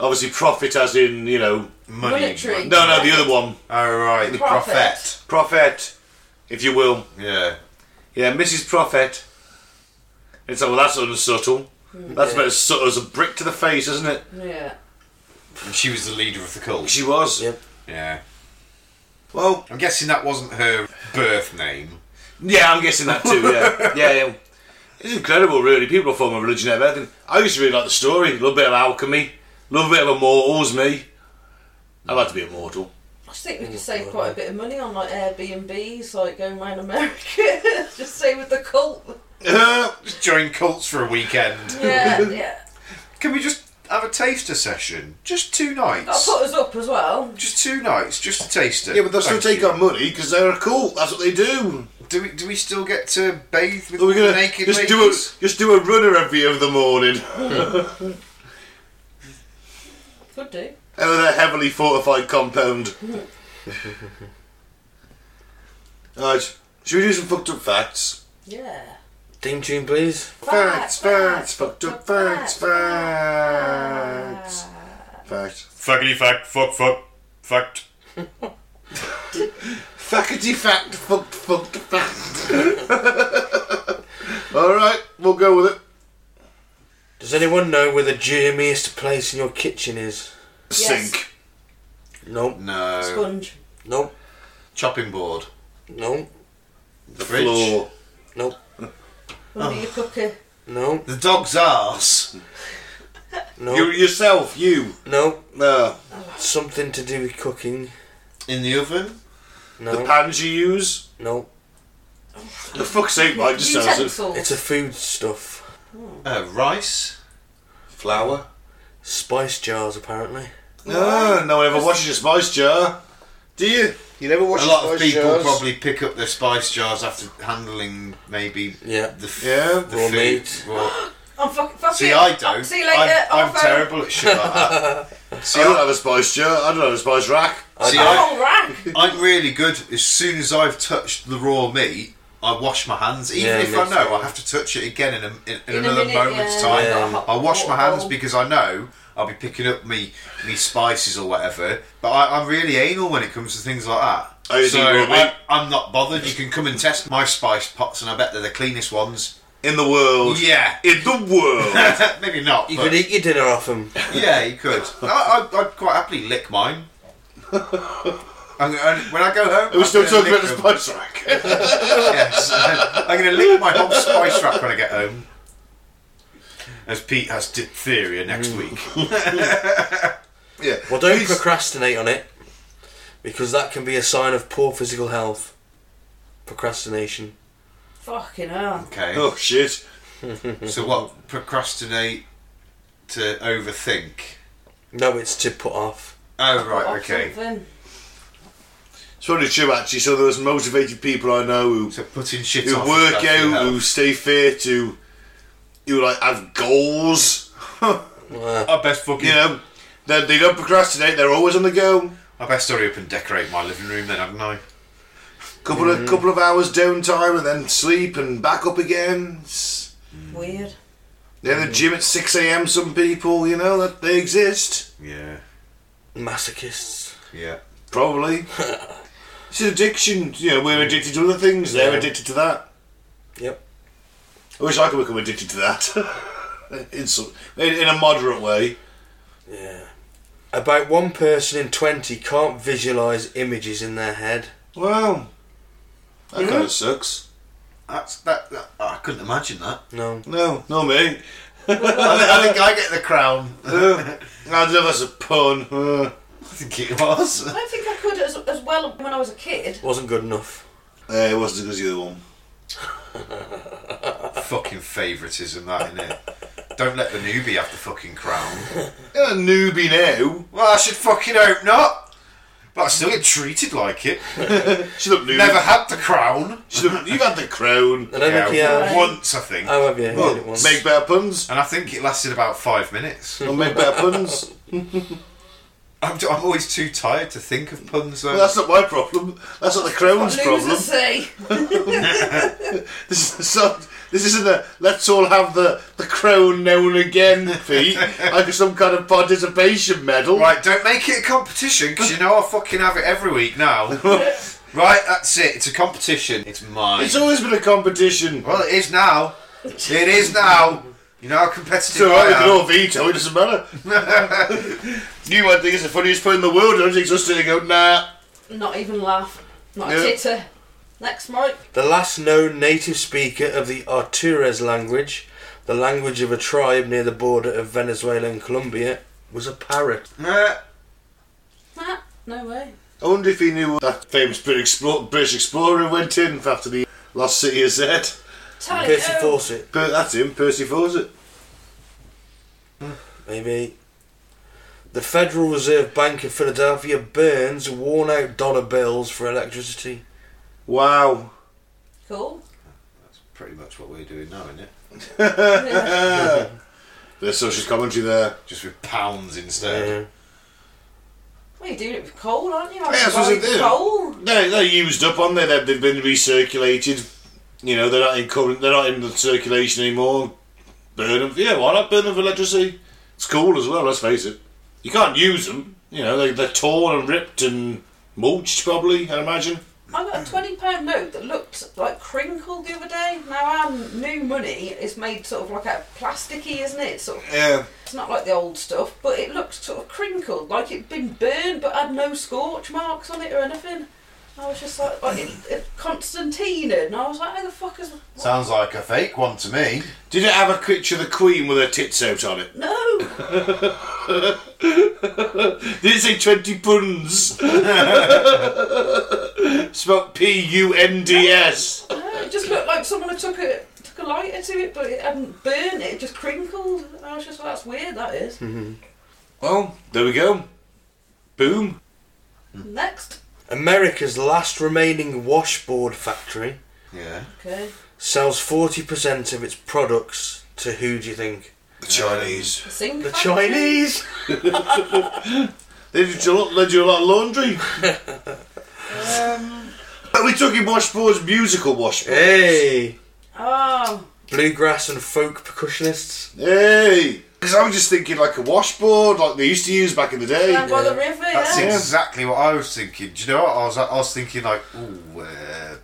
[SPEAKER 1] Obviously, profit as in you know.
[SPEAKER 4] Money.
[SPEAKER 3] Monetary.
[SPEAKER 1] No, no, the other one,
[SPEAKER 4] Oh, right. The
[SPEAKER 3] Prophet.
[SPEAKER 4] prophet.
[SPEAKER 1] Profit, if you will.
[SPEAKER 4] Yeah.
[SPEAKER 1] Yeah, Mrs. Profit. It's like, well, that's unsubtle. That's about as subtle as a brick to the face, isn't it?
[SPEAKER 3] Yeah.
[SPEAKER 4] And she was the leader of the cult.
[SPEAKER 1] She was.
[SPEAKER 2] Yep.
[SPEAKER 4] Yeah.
[SPEAKER 1] Well,
[SPEAKER 4] I'm guessing that wasn't her birth name.
[SPEAKER 1] Yeah, I'm guessing that too. Yeah, yeah, yeah. It's incredible, really. People form a religion out of everything. I used to really like the story. Love a bit of alchemy. Love a bit of immortals. Me, I'd like to be immortal.
[SPEAKER 3] I just think we could save quite a bit of money on like Airbnbs, like going around America. just stay with the cult.
[SPEAKER 1] Uh,
[SPEAKER 4] Just join cults for a weekend.
[SPEAKER 3] Yeah, yeah.
[SPEAKER 4] Can we just have a taster session? Just two
[SPEAKER 3] That'll
[SPEAKER 4] nights.
[SPEAKER 3] put us up as well.
[SPEAKER 4] Just two nights. Just a taster.
[SPEAKER 1] yeah, but they'll still
[SPEAKER 4] Thank
[SPEAKER 1] take
[SPEAKER 4] you.
[SPEAKER 1] our money because they're a cult. That's what they do.
[SPEAKER 4] Do we, do we still get to bathe with
[SPEAKER 1] Are we gonna
[SPEAKER 4] naked
[SPEAKER 1] just do a
[SPEAKER 4] ladies?
[SPEAKER 1] just do a runner every of the morning?
[SPEAKER 3] Could do.
[SPEAKER 1] Over their heavily fortified compound. Alright, should we do some fucked up facts?
[SPEAKER 3] Yeah.
[SPEAKER 2] Theme tune, please.
[SPEAKER 1] Facts, facts, fucked up facts, facts, facts.
[SPEAKER 4] Fuckity fact, fuck, fuck, fact.
[SPEAKER 1] Faculty fact, fucked, fucked fact. All right, we'll go with it.
[SPEAKER 2] Does anyone know where the germiest place in your kitchen is?
[SPEAKER 3] Yes.
[SPEAKER 1] Sink.
[SPEAKER 2] Nope.
[SPEAKER 4] No.
[SPEAKER 3] Sponge.
[SPEAKER 2] Nope.
[SPEAKER 4] Chopping board.
[SPEAKER 2] Nope.
[SPEAKER 4] The fridge.
[SPEAKER 1] Floor.
[SPEAKER 2] Nope.
[SPEAKER 3] Under
[SPEAKER 4] Oh.
[SPEAKER 3] your cooker.
[SPEAKER 2] Nope.
[SPEAKER 4] The dog's arse.
[SPEAKER 1] You
[SPEAKER 2] Nope.
[SPEAKER 1] yourself, you.
[SPEAKER 2] Nope.
[SPEAKER 1] No.
[SPEAKER 2] Something to do with cooking.
[SPEAKER 4] In the oven.
[SPEAKER 1] The
[SPEAKER 4] Oh.
[SPEAKER 2] No.
[SPEAKER 1] pans you use.
[SPEAKER 2] Nope.
[SPEAKER 1] The fuck's sake, Mike just tells it.
[SPEAKER 3] Utensils.
[SPEAKER 2] It's a food stuff.
[SPEAKER 4] Uh, rice.
[SPEAKER 1] Flour.
[SPEAKER 2] Spice jars, apparently.
[SPEAKER 1] No, no one ever washes your spice jar. Do you? You never wash
[SPEAKER 4] A
[SPEAKER 1] your
[SPEAKER 4] lot of
[SPEAKER 1] spice
[SPEAKER 4] people
[SPEAKER 1] jars.
[SPEAKER 4] probably pick up their spice jars after handling maybe
[SPEAKER 2] Yeah.
[SPEAKER 4] the, f-
[SPEAKER 1] Yeah.
[SPEAKER 4] the
[SPEAKER 2] Raw
[SPEAKER 4] food.
[SPEAKER 2] meat.
[SPEAKER 4] raw-
[SPEAKER 3] I'm fucking. Fuck
[SPEAKER 4] See,
[SPEAKER 3] it.
[SPEAKER 4] I don't.
[SPEAKER 3] Oh, See uh, you later.
[SPEAKER 4] I'm,
[SPEAKER 3] I'll
[SPEAKER 4] I'm
[SPEAKER 3] phone.
[SPEAKER 4] terrible at shit like that. See,
[SPEAKER 1] I don't
[SPEAKER 4] I,
[SPEAKER 1] have a spice shirt. I don't have a spice rack.
[SPEAKER 4] see I,
[SPEAKER 3] Oh, right.
[SPEAKER 4] I'm really good. As soon as I've touched the raw meat, I wash my hands. Even
[SPEAKER 2] Yeah,
[SPEAKER 4] if I
[SPEAKER 2] me
[SPEAKER 4] know
[SPEAKER 2] too.
[SPEAKER 4] I have to touch it again in, a, in, in,
[SPEAKER 3] In a
[SPEAKER 4] another
[SPEAKER 3] minute,
[SPEAKER 4] moment's
[SPEAKER 3] yeah.
[SPEAKER 4] time,
[SPEAKER 2] Yeah.
[SPEAKER 4] I wash my hands
[SPEAKER 2] Oh.
[SPEAKER 3] Waterfall.
[SPEAKER 4] because I know I'll be picking up me me spices or whatever. But I, I'm really anal when it comes to things like that.
[SPEAKER 1] Oh, you
[SPEAKER 4] so
[SPEAKER 1] think raw meat?
[SPEAKER 4] I, I'm not bothered. You can come and test my spice pots, and I bet they're the cleanest ones.
[SPEAKER 1] In the world.
[SPEAKER 4] Yeah.
[SPEAKER 1] In the world.
[SPEAKER 4] Maybe not.
[SPEAKER 2] You
[SPEAKER 4] but-
[SPEAKER 2] could eat your dinner off him.
[SPEAKER 4] Yeah, you could. I, I, I'd quite happily lick mine. And- and when I go home,
[SPEAKER 1] We're
[SPEAKER 4] I'm
[SPEAKER 1] still
[SPEAKER 4] gonna
[SPEAKER 1] talking
[SPEAKER 4] lick
[SPEAKER 1] about the
[SPEAKER 4] them.
[SPEAKER 1] spice rack.
[SPEAKER 4] Yes, I'm going to lick my whole spice rack when I get home. As Pete has diphtheria next
[SPEAKER 2] Mm.
[SPEAKER 4] week.
[SPEAKER 1] yeah.
[SPEAKER 2] Well, don't
[SPEAKER 1] He's-
[SPEAKER 2] procrastinate on it because that can be a sign of poor physical health. Procrastination.
[SPEAKER 3] Fucking hell.
[SPEAKER 4] Okay.
[SPEAKER 1] Oh shit.
[SPEAKER 4] So what? Procrastinate to overthink.
[SPEAKER 2] No, it's to put off.
[SPEAKER 4] Oh right,
[SPEAKER 3] Or
[SPEAKER 4] okay.
[SPEAKER 3] something.
[SPEAKER 1] It's probably true actually. Some of the most motivated people I know who
[SPEAKER 4] So putting shit
[SPEAKER 1] who
[SPEAKER 4] off.
[SPEAKER 1] work
[SPEAKER 4] is bad for your
[SPEAKER 1] out, who
[SPEAKER 4] health.
[SPEAKER 1] stay fit, who who like have goals.
[SPEAKER 2] Uh,
[SPEAKER 4] I best fucking.
[SPEAKER 1] You know, they, they don't procrastinate. They're always on the go.
[SPEAKER 4] I best hurry up and decorate my living room then, haven't I?
[SPEAKER 1] Couple of couple of hours downtime and then sleep and back up again. It's-
[SPEAKER 3] Weird.
[SPEAKER 1] They're in the gym at six a.m. Some people, you know, that they exist.
[SPEAKER 4] Yeah.
[SPEAKER 2] masochists.
[SPEAKER 4] Yeah.
[SPEAKER 1] Probably. it's an addiction. You know, we're addicted to other things. They're
[SPEAKER 2] Yeah.
[SPEAKER 1] addicted to that.
[SPEAKER 2] Yep.
[SPEAKER 1] I wish I could become addicted to that. in, some, in, in a moderate way.
[SPEAKER 2] Yeah. About one person in 20 can't visualise images in their head.
[SPEAKER 1] Well, that kind of sucks.
[SPEAKER 4] That's that, that. oh, I couldn't imagine that.
[SPEAKER 2] No.
[SPEAKER 1] No, no, mate.
[SPEAKER 4] I think, I think I get the crown.
[SPEAKER 1] Uh, I don't know if that's a pun. Uh,
[SPEAKER 4] I think it was.
[SPEAKER 3] I don't think I could as, as well when I was a kid.
[SPEAKER 2] Wasn't good enough.
[SPEAKER 1] eh, it wasn't as good as the other one.
[SPEAKER 4] fucking favouritism, that innit? Don't let the newbie have the fucking crown.
[SPEAKER 1] You're a newbie now.
[SPEAKER 4] Well, I should fucking hope not. But I still get treated like it.
[SPEAKER 1] Shut up, newbie.
[SPEAKER 4] Never had the crown.
[SPEAKER 1] Shut up. You've had the crown.
[SPEAKER 2] I don't think he has.
[SPEAKER 4] once I think,
[SPEAKER 2] Oh, have you? He did it once.
[SPEAKER 1] Make better puns.
[SPEAKER 4] and I think it lasted about five minutes.
[SPEAKER 1] I'll make better puns.
[SPEAKER 4] I'm, I'm always too tired to think of puns though.
[SPEAKER 1] Well, that's not my problem. That's not the crown's problem.
[SPEAKER 3] Losers say.
[SPEAKER 1] This is so, this isn't a let's all have the, the crown now and again feat, like some kind of participation medal.
[SPEAKER 4] Right, don't make it a competition because you know I fucking have it every week now. right, that's it. It's a competition. It's mine.
[SPEAKER 1] It's always been a competition.
[SPEAKER 4] well, it is now. It is now. You know how competitive
[SPEAKER 1] So
[SPEAKER 4] I
[SPEAKER 1] I can
[SPEAKER 4] am.
[SPEAKER 1] all veto, it doesn't matter. you might think it's the funniest point in the world, don't you? It's us sitting out, nah.
[SPEAKER 3] Not even laugh. Not
[SPEAKER 1] Yeah.
[SPEAKER 3] a titter. Next, Mike.
[SPEAKER 2] The last known native speaker of the Artures language, the language of a tribe near the border of Venezuela and Colombia, was a parrot.
[SPEAKER 4] Eh,
[SPEAKER 3] Nah, no way.
[SPEAKER 1] I wonder if he knew that famous British explorer, British explorer who went in after the lost city of Z.
[SPEAKER 3] Tally
[SPEAKER 2] Percy
[SPEAKER 3] ho.
[SPEAKER 2] Fawcett,
[SPEAKER 1] Per- that's him, Percy Fawcett.
[SPEAKER 2] maybe. The Federal Reserve Bank of Philadelphia burns worn out dollar bills for electricity.
[SPEAKER 1] Wow.
[SPEAKER 3] Cool.
[SPEAKER 4] that's pretty much what we're doing now, isn't it?
[SPEAKER 3] Yeah.
[SPEAKER 1] There's social commentary there.
[SPEAKER 4] Just with pounds instead.
[SPEAKER 2] Yeah.
[SPEAKER 3] Well, you're doing it with coal, aren't you?
[SPEAKER 1] Yeah, that's what I do.
[SPEAKER 3] Coal.
[SPEAKER 1] They're, they're used up on there. They've, they've been recirculated. You know, they're not in current. They're not in the circulation anymore. Burn them. Yeah, why not burn them for electricity? It's cool as well. Let's face it. You can't use them. You know, they, they're torn and ripped and mulched probably. I imagine.
[SPEAKER 3] I got a twenty pound note that looked like crinkled the other day. Now our new money is made sort of like out of plasticky, isn't it? Sort of,
[SPEAKER 1] Yeah.
[SPEAKER 3] it's not like the old stuff, but it looked sort of crinkled, like it'd been burned, but had no scorch marks on it or anything. I was just like, like it, it Constantina, and I was like, how the fuck is? What?
[SPEAKER 4] Sounds like a fake one to me.
[SPEAKER 1] Did it have a picture of the Queen with her tits out on it?
[SPEAKER 3] No,
[SPEAKER 1] Did it say twenty puns? Spelt P U N D S.
[SPEAKER 3] no, it just looked like someone had took a took a lighter to it, but it hadn't burned it. It just crinkled. And I was just like, that's weird. That is.
[SPEAKER 4] Hmm.
[SPEAKER 1] Well, there we go. Boom.
[SPEAKER 3] Next.
[SPEAKER 2] America's last remaining washboard factory
[SPEAKER 4] Yeah.
[SPEAKER 3] Okay.
[SPEAKER 2] sells 40% of its products to who do you think?
[SPEAKER 1] The Chinese.
[SPEAKER 3] Sing
[SPEAKER 2] The
[SPEAKER 3] factory.
[SPEAKER 2] Chinese.
[SPEAKER 1] They do, a lot, they do a lot of laundry. Are we talking washboards, musical washboards?
[SPEAKER 4] Eh?
[SPEAKER 2] Hey,
[SPEAKER 3] Oh,
[SPEAKER 2] bluegrass and folk percussionists.
[SPEAKER 1] Hey! Because I was just thinking like a washboard, like they used to use back in the day.
[SPEAKER 3] down by the river,
[SPEAKER 4] That's
[SPEAKER 3] yeah.
[SPEAKER 4] exactly what I was thinking. Do you know what I was? I was thinking like, ooh, uh,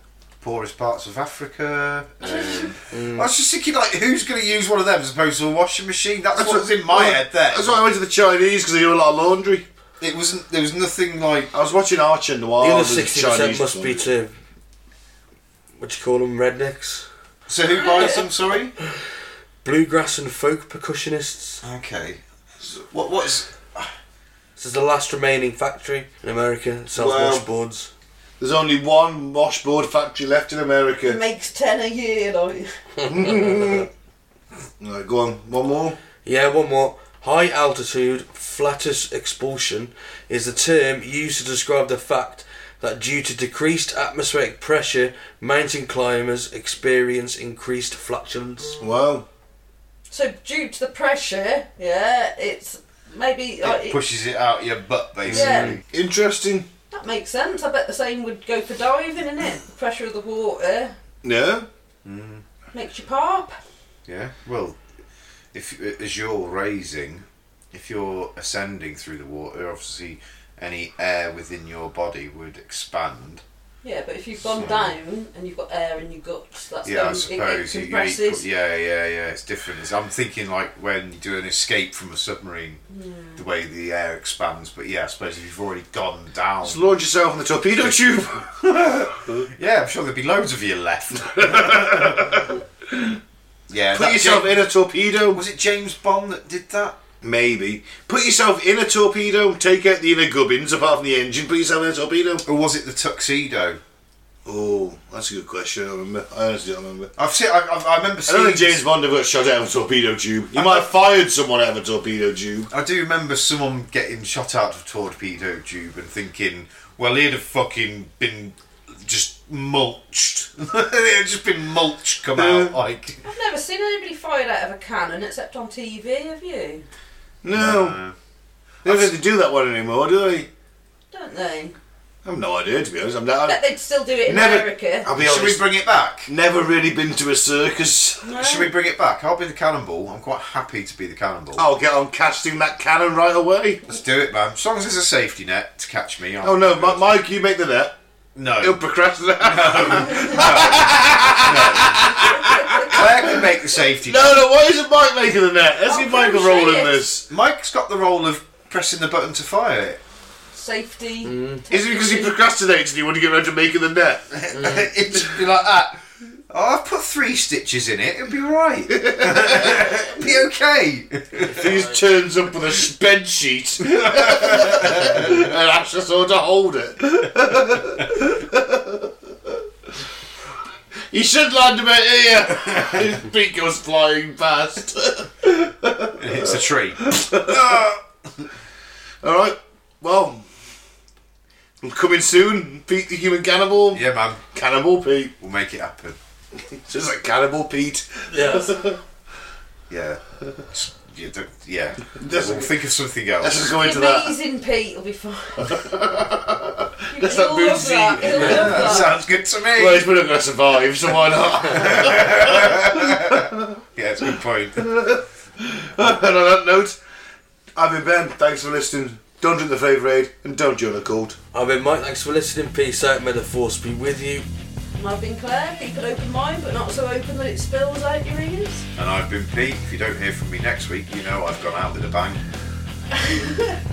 [SPEAKER 4] poorest parts of Africa. Um, I was just thinking like, who's going to use one of them as opposed to a washing machine? That's, what was in my
[SPEAKER 1] well,
[SPEAKER 4] head there.
[SPEAKER 1] That's why I went to the Chinese because they do a lot of laundry.
[SPEAKER 4] It wasn't. There was nothing like.
[SPEAKER 1] I was watching Arch and Noir.
[SPEAKER 2] The other
[SPEAKER 1] Oh, there's a
[SPEAKER 2] sixty percent
[SPEAKER 1] Chinese
[SPEAKER 2] must be
[SPEAKER 1] one.
[SPEAKER 2] to what do you call them, rednecks.
[SPEAKER 4] So who buys them? Sorry.
[SPEAKER 2] Bluegrass and folk percussionists.
[SPEAKER 4] Okay. So What? What's?
[SPEAKER 2] This is the last remaining factory in America that sells
[SPEAKER 1] Wow.
[SPEAKER 2] washboards.
[SPEAKER 1] There's only one washboard factory left in
[SPEAKER 3] It
[SPEAKER 1] America.
[SPEAKER 3] makes ten a year, like.
[SPEAKER 1] Right, go on, one more.
[SPEAKER 2] Yeah, one more. High altitude flatus expulsion is the term used to describe the fact that due to decreased atmospheric pressure, mountain climbers experience increased flatulence.
[SPEAKER 1] Wow.
[SPEAKER 3] So due to the pressure, yeah, it's maybe like,
[SPEAKER 4] It
[SPEAKER 3] Uh, it-
[SPEAKER 4] pushes it out your butt,
[SPEAKER 3] Yeah.
[SPEAKER 4] basically.
[SPEAKER 1] Interesting.
[SPEAKER 3] that makes sense. I bet the same would go for diving, innit?
[SPEAKER 4] Hmm.
[SPEAKER 3] The pressure of the water
[SPEAKER 1] Yeah.
[SPEAKER 3] makes you pop.
[SPEAKER 4] Yeah. Well, if as you're raising, if you're ascending through the water, obviously any air within your body would expand.
[SPEAKER 3] Yeah, but if you've gone
[SPEAKER 4] So-
[SPEAKER 3] down and you've got air in your guts, that's
[SPEAKER 4] Yeah, I
[SPEAKER 3] when it, it
[SPEAKER 4] suppose. you- you-
[SPEAKER 3] compresses.
[SPEAKER 4] yeah, yeah, yeah. It's different. It's, I'm thinking like when you do an escape from a submarine, the way the air expands. But yeah, I suppose if you've already gone down,
[SPEAKER 1] Just launch yourself on the torpedo tube.
[SPEAKER 4] yeah, I'm sure there'd be loads of you left. yeah,
[SPEAKER 1] Put
[SPEAKER 4] that-
[SPEAKER 1] yourself in a torpedo.
[SPEAKER 4] Was it James Bond that did that?
[SPEAKER 1] Maybe. Put yourself in a torpedo. Take out the inner gubbins apart from the engine. Put yourself in a torpedo.
[SPEAKER 4] Or was it the tuxedo?
[SPEAKER 1] Oh, that's a good question. I don't remember. I honestly don't remember.
[SPEAKER 4] I've seen. I, I, I remember
[SPEAKER 1] I
[SPEAKER 4] seeing.
[SPEAKER 1] don't think James Bond ever got shot out of a torpedo tube. He might have fired someone out of a torpedo tube.
[SPEAKER 4] I do remember someone getting shot out of a torpedo tube and thinking, well, he'd have fucking been just mulched. They'd have just been mulched come out. Like,
[SPEAKER 3] I've never seen anybody fired out of a cannon except on TV, have you?
[SPEAKER 1] No.
[SPEAKER 4] Uh,
[SPEAKER 1] They don't think they do that one anymore, do they?
[SPEAKER 3] Don't they?
[SPEAKER 1] I've no idea, to be honest. I'm
[SPEAKER 3] I
[SPEAKER 1] not,
[SPEAKER 3] bet
[SPEAKER 1] I've
[SPEAKER 3] they'd still do it in
[SPEAKER 1] Uh, Never-
[SPEAKER 3] America.
[SPEAKER 1] I'll be
[SPEAKER 4] should we
[SPEAKER 1] honest.
[SPEAKER 4] bring it back?
[SPEAKER 1] Never really been to a circus.
[SPEAKER 3] No?
[SPEAKER 4] Should we bring it back? I'll be the cannonball. I'm quite happy to be the cannonball.
[SPEAKER 1] I'll get on casting that cannon right away.
[SPEAKER 4] Let's do it, man. As long as there's a safety net to catch me. I'm
[SPEAKER 1] Oh no, Mi- Mike, you make the net. He'll
[SPEAKER 4] no.
[SPEAKER 1] procrastinate.
[SPEAKER 4] Claire can make the safety
[SPEAKER 1] no,
[SPEAKER 4] net.
[SPEAKER 1] no, why isn't Mike making the net? Let's
[SPEAKER 3] I'm
[SPEAKER 1] give Mike a
[SPEAKER 3] pretty
[SPEAKER 1] role
[SPEAKER 3] sure
[SPEAKER 1] in
[SPEAKER 3] he
[SPEAKER 1] this.
[SPEAKER 4] Mike's got the role of pressing the button to fire it.
[SPEAKER 3] Safety.
[SPEAKER 1] Mm. Is it because he procrastinated and he wouldn't get around to making the net?
[SPEAKER 4] It'd just be like that. Oh, I've put three stitches in it. It'll be right. It'll be okay.
[SPEAKER 1] He just turns up with a spreadsheet and asks us all to hold it. you should land about here. His beak goes flying past.
[SPEAKER 4] It's a tree.
[SPEAKER 1] all right. Well, I'm coming soon. Pete the human cannibal.
[SPEAKER 4] Yeah, man.
[SPEAKER 1] Cannibal Pete.
[SPEAKER 4] We'll make it happen.
[SPEAKER 1] Just like cannibal Pete.
[SPEAKER 2] Yes.
[SPEAKER 4] Yeah. Just- Yeah. don't- yeah.
[SPEAKER 1] That's-
[SPEAKER 4] we'll think of something
[SPEAKER 1] Let's
[SPEAKER 4] else.
[SPEAKER 1] just go into that.
[SPEAKER 3] Amazing Pete will be fine. He'll
[SPEAKER 1] That's that
[SPEAKER 3] love
[SPEAKER 1] Bootsy.
[SPEAKER 3] that, he'll love
[SPEAKER 4] That
[SPEAKER 3] that.
[SPEAKER 4] sounds good to me.
[SPEAKER 1] Well, he's probably not going to survive, so why not?
[SPEAKER 4] Yeah, it's a good point.
[SPEAKER 1] and on that note, I've been Ben. Thanks for listening. Don't drink the favourite aid and don't join a cult.
[SPEAKER 2] I've been Mike, thanks for listening. Peace out, may the force be with you.
[SPEAKER 3] And I've been Claire, keep an open mind, but not so open that it spills out your ears.
[SPEAKER 4] And I've been Pete. If you don't hear from me next week, you know I've gone out with a bang.